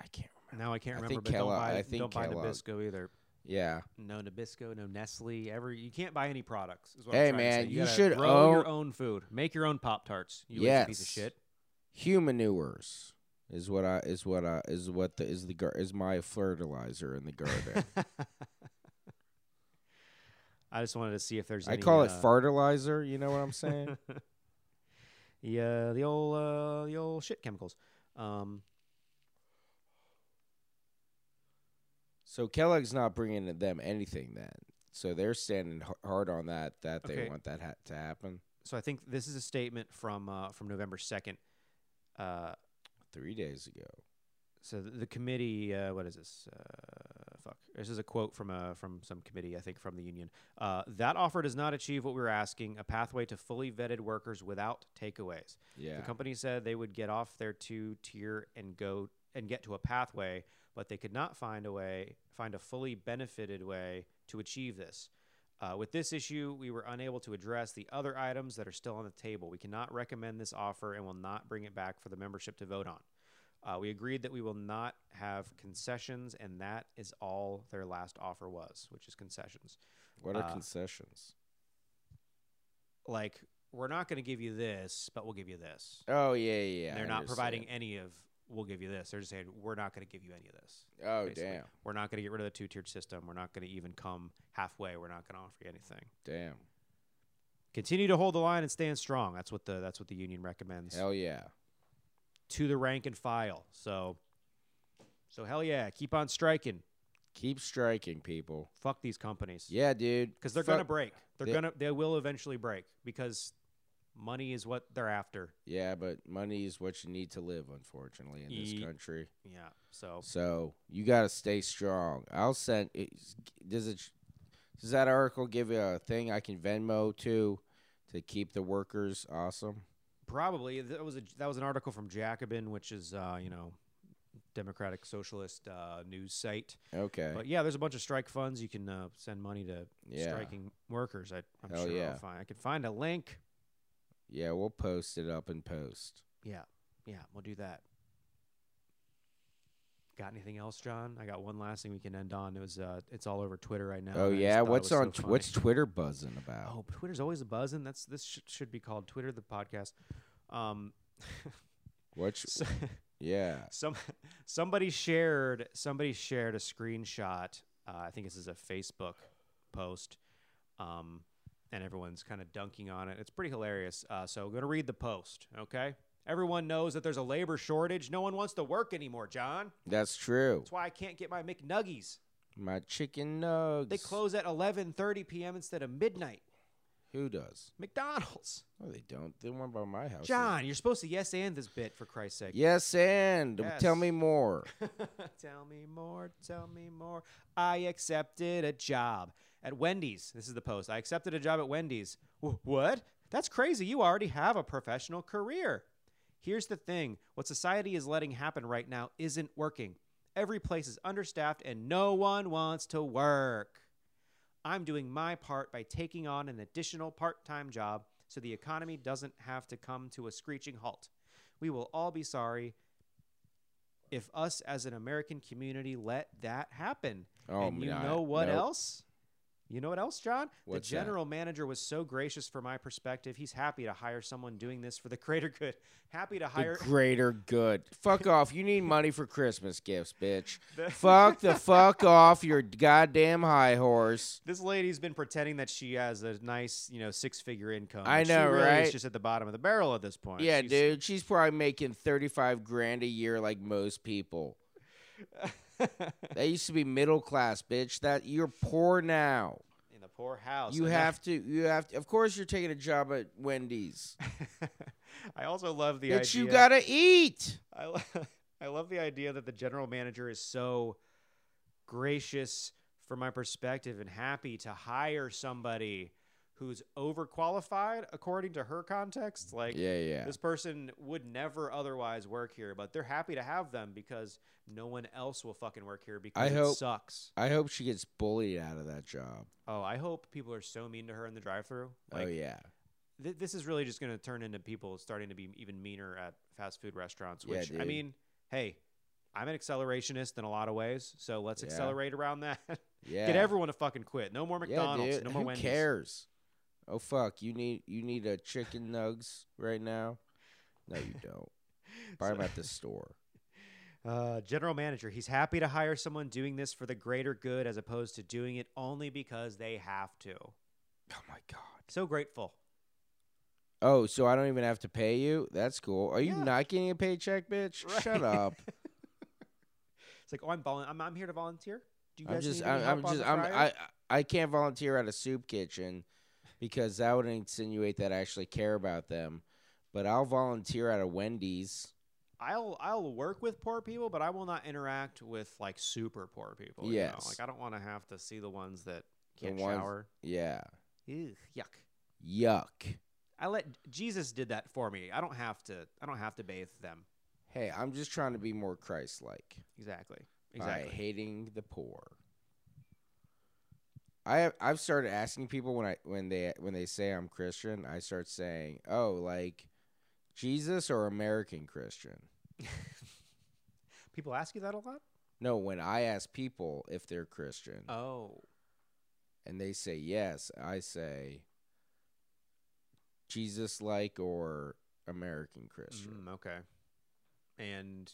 I can't remember. Now I can't I remember, think but Kellogg- don't buy, I think don't buy Kellogg. Nabisco either. Yeah. No Nabisco, no Nestle. Every you can't buy any products. Is what Hey, I'm trying to say. man, you, you gotta should grow your own- own food. Make your own Pop Tarts. You lazy piece of Yes. shit. humanures is what I is what I is what the is the gar- is my fertilizer in the *laughs* garden. I just wanted to see if there's. I any, call it uh, fertilizer. You know what I'm *laughs* saying? the uh, the old uh, the old shit chemicals. Um, so Kellogg's not bringing them anything then. So they're standing h- hard on that that they Okay. want that ha- to happen. so I think this is a statement from uh, from November second. Uh, Three days ago. so the, the committee, uh, what is this? Uh, fuck, this is a quote from a from some committee, I think, from the union. Uh, that offer does not achieve what we were asking: a pathway to fully vetted workers without takeaways. Yeah. The company said they would get off their two tier and go and get to a pathway, but they could not find a way, find a fully benefited way to achieve this. Uh, with this issue, we were unable to address the other items that are still on the table. We cannot recommend this offer and will not bring it back for the membership to vote on. Uh, we agreed that we will not have concessions, and that is all their last offer was, which is concessions what are uh, concessions? like we're not going to give you this, but we'll give you this. Oh yeah, yeah. And yeah, they're I not providing understand. any of. We'll give you this. They're just saying we're not going to give you any of this. Oh basically. damn, We're not going to get rid of the two tiered system. We're not going to even come halfway. We're not going to offer you anything. damn, Continue to hold the line and stand strong. That's what the that's what the union recommends hell yeah. to the rank and file. So, so hell yeah, keep on striking. Keep striking, people. Fuck these companies Yeah, dude. because they're Fuck- going to break. They're They- gonna they will eventually break because money is what they're after. Yeah, but money is what you need to live, unfortunately, in this Ye- country. Yeah. So So you got to stay strong. I'll send. it's- Does it? Does that article give you a thing I can Venmo to, to keep the workers awesome? probably that was a that was an article from Jacobin, which is uh, you know democratic socialist uh, news site. Okay. But yeah, there's a bunch of strike funds you can uh, send money to Yeah. striking workers. I, I'm Hell sure yeah. I'll find. I can find a link. yeah, we'll post it up and post. Yeah, yeah, we'll do that. Got anything else, John? I got one last thing we can end on. It was uh, it's all over Twitter right now. oh and I just yeah, thought it what's was so on? tw- funny. what's Twitter buzzing about? Oh, Twitter's always a buzzing. That's this sh- should be called Twitter the podcast. Um, *laughs* What's so- yeah? some *laughs* somebody shared somebody shared a screenshot. Uh, I think this is a Facebook post, um, and everyone's kind of dunking on it. It's pretty hilarious. Uh, so I'm gonna read the post. Okay, everyone knows that there's a labor shortage. No one wants to work anymore, John. That's true. That's why I can't get my McNuggies. My chicken nugs. They close at 11:30 p.m. instead of midnight. Who does? McDonald's. Oh, they don't. They one by my house. John, you're supposed to yes and this bit for Christ's sake. Yes, and tell Yes. me more. *laughs* tell me more, tell me more. I accepted a job at Wendy's. This is the post. I accepted a job at Wendy's. "Wh- what? That's crazy. You already have a professional career. Here's the thing what society is letting happen right now isn't working. Every place is understaffed and no one wants to work. I'm doing my part by taking on an additional part time job so the economy doesn't have to come to a screeching halt. We will all be sorry if us as an American community let that happen. Oh, and you nah, know what nope. else? You know what else, John? What's the that? general manager was so gracious for my perspective. He's happy to hire someone doing this for the *laughs* greater good. Happy to hire. The greater good. Fuck off. You need money for Christmas gifts, *laughs* bitch. fuck the fuck off your goddamn high horse. *laughs* this lady's been pretending that she has a nice, you know, six-figure income. I and she know, really is right? just at the bottom of the barrel at this point. Yeah, She's- dude, she's probably making 35 grand a year like most *laughs* people. that used to be middle class, bitch. That you're poor now. in the poor house. You have to you have to, of course you're taking a job at Wendy's. *laughs* I also love *laughs* the Bitch, idea. you got to eat. I, lo- *laughs* I love the idea that the general manager is so gracious from my perspective and happy to hire somebody who's overqualified according to her context. Like, Yeah, yeah. this person would never otherwise work here, but they're happy to have them because no one else will fucking work here because it hope- sucks. I hope she gets bullied out of that job. Oh, I hope people are so mean to her in the drive-through. Like, oh yeah. th- this is really just going to turn into people starting to be even meaner at fast food restaurants. Yeah, Which I dude. mean, hey, I'm an accelerationist in a lot of ways, so let's Yeah. accelerate around that. Yeah. *laughs* Get everyone to fucking quit. No more Yeah, McDonald's. dude. No more Who Wendy's. *laughs* cares? Oh fuck, you need you need a chicken nugs right now? No, *laughs* you don't. Buy them at the store. Uh, general manager, he's happy to hire someone doing this for the greater good as opposed to doing it only because they have to. Oh my god. So grateful. Oh, so I don't even have to pay you? That's cool. Are you Yeah. not getting a paycheck, bitch? *laughs* Right. Shut up. It's like, oh, I'm vol- I'm, I'm here to volunteer. Do you guys I'm just need any I'm, help I'm on just the I'm fryer? I I can't volunteer at a soup kitchen because that would insinuate that I actually care about them. But I'll volunteer at a Wendy's. I'll I'll work with poor people, but I will not interact with like super poor people. you know? Yes. like I don't want to have to see the ones that The can't ones- shower. Yeah. Ew, yuck. Yuck. I let Jesus did that for me. I don't have to. I don't have to bathe them. Hey, I'm just trying to be more Christ-like. Exactly. Exactly. Exactly. hating the poor. I have, I've started asking people when I when they when they say I'm Christian, I start saying, "Oh, like Jesus or American Christian?" people ask you that a lot. No, when I ask people if they're Christian Oh, and they say yes, I say Jesus like or American Christian. mm, okay. And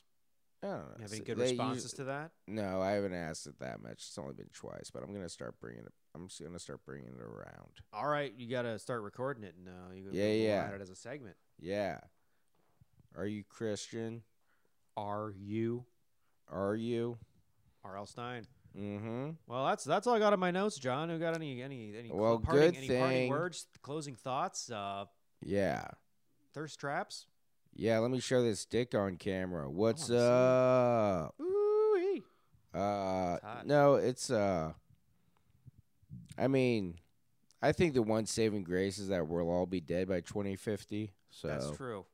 I don't know. you Mm-hmm. have So any good they responses usu- to that? No, I haven't asked it that much. It's only been twice, but I'm gonna start bringing it. I'm just gonna start bringing it around. All right, you got to start recording it now. You Yeah, we'll yeah. add it as a segment. Yeah. Are you Christian? Are you Are you? R.L. Stein? Mm-hmm. Well, that's that's all I got on my notes, John. Who got any any any cl- Well, parting, good any parting thing- words, closing thoughts, uh, Yeah. thirst traps? Yeah, let me show this dick on camera. What's see it. up? Ooh, Uh, hot. no, it's uh. I mean, I think the one saving grace is that we'll all be dead by 2050. So that's true.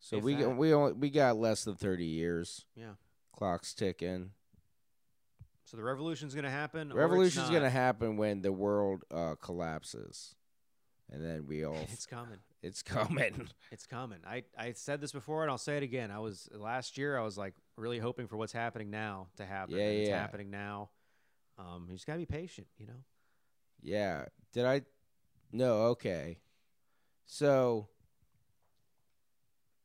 So If we that. got we only we got less than 30 years. Yeah. Clock's ticking. So the revolution's gonna happen. or it's Revolution's not. *laughs* gonna happen when the world uh, collapses, and then *laughs* we all It's coming. it's coming. It's coming. I, I said this before and I'll say it again. I was last year I was like really hoping for what's happening now to happen. Yeah, and It's yeah. happening now. Um, you just gotta be patient, you know. Yeah. Did I? No. Okay. So.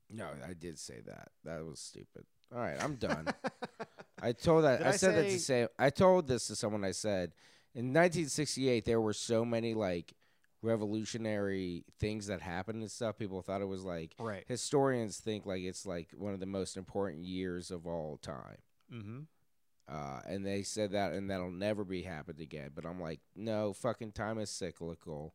No, I did say that. That was stupid. All right, I'm *laughs* done. I told that. Did I, I said that say- to say. I told this to someone. I said, in 1968, there were so many like revolutionary things that happened and stuff. People thought it was like right. historians think like it's like one of the most important years of all time. Mm-hmm. Uh, and they said that, and that'll never be happened again. But I'm like, no, fucking time is cyclical.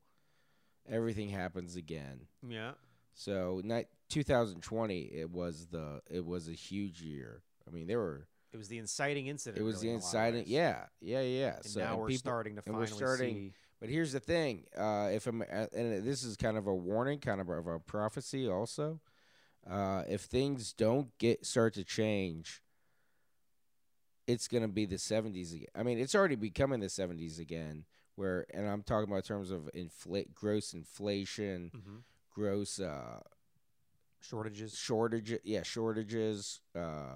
Everything happens again. Yeah. So, ni- 2020, it was the it was a huge year. I mean, there were It was the inciting incident. it was really, the in a lot of inciting, ways. yeah, yeah, yeah. And so now and we're people- starting to and finally we're starting- see. But here's the thing: uh, if I'm, uh, and this is kind of a warning, kind of a, of a prophecy, also. Uh, if things don't get start to change, it's gonna be the '70s again. I mean, it's already becoming the '70s again. Where, and I'm talking about in terms of inflate, gross inflation, hmm gross uh, Shortages. shortage yeah shortages uh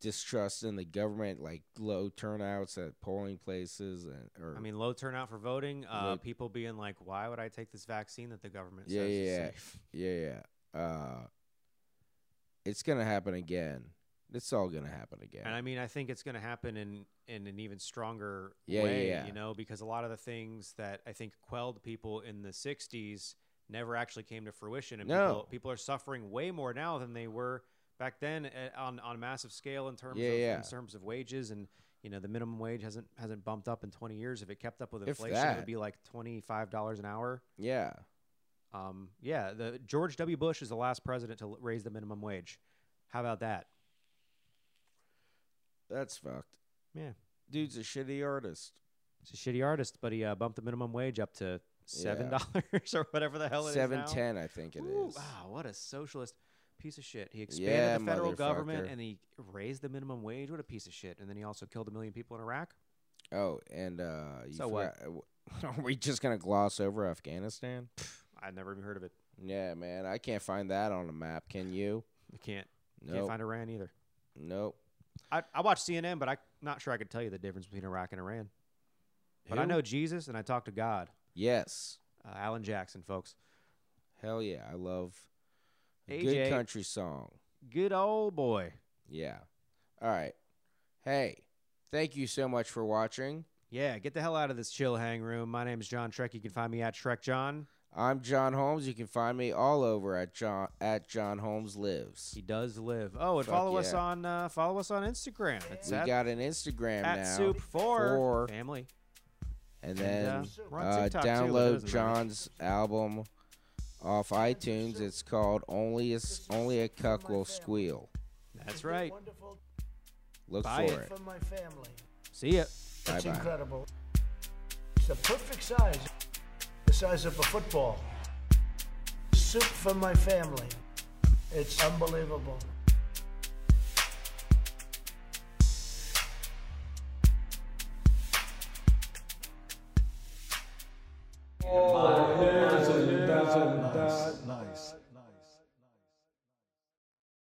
distrust in the government like low turnouts at polling places and or I mean, low turnout for voting. Uh, Low- people being like, "Why would I take this vaccine that the government Yeah, says is yeah, yeah. safe?" yeah yeah uh it's gonna happen again it's all gonna happen again And I mean, I think it's going to happen in in an even stronger Yeah, yeah, way, yeah. you know, because a lot of the things that I think quelled people in the '60s never actually came to fruition, and No. people, people are suffering way more now than they were back then uh, on on a massive scale in terms Yeah, of yeah. in terms of wages and. You know the minimum wage hasn't hasn't bumped up in 20 years. If it kept up with If inflation, it that. would be like 25 dollars an hour. yeah Um, yeah, the George W. Bush is the last president to l- raise the minimum wage. How about that? that's fucked Yeah. dude's a shitty artist He's a shitty artist, but he uh, bumped the minimum wage up to seven Yeah. dollars *laughs* or whatever the hell it is now. seven ten i think it is. Ooh, Wow, what a socialist piece of shit. He expanded Yeah, the federal government motherfucker. and he raised the minimum wage. What a piece of shit. And then he also killed a million people in Iraq. oh and uh you So what? forgot- uh, *laughs* are we just gonna gloss over afghanistan I've never even heard of it. yeah man i can't find that on a map can you I can't no can't find Iran either. nope I, I watch CNN, but I'm not sure I could tell you the difference between Iraq and Iran. But I Who? know Jesus and I talk to God. yes Uh, Alan Jackson, folks. Hell yeah, I love a AJ. good country song. Good old boy. Yeah. All right. Hey, thank you so much for watching. Yeah, get the hell out of this chill hang room. My name is John Trek. You can find me at Shrek John. I'm John Holmes. You can find me all over at John at John Holmes Lives. He does live. Oh, and Fuck follow us yeah. on uh, follow us on Instagram. It's We at, got an Instagram at now, soup for, for- family. and And, then uh, we're on uh, TikTok too, but that download doesn't matter. John's album off iTunes. It's called Only a S- Only a Cuck Will Squeal. That's right. Wonderful Look Buy for it. it. for my family. See ya. Bye It's bye. incredible. It's the perfect size, the size of a football. Soup for my family. It's unbelievable.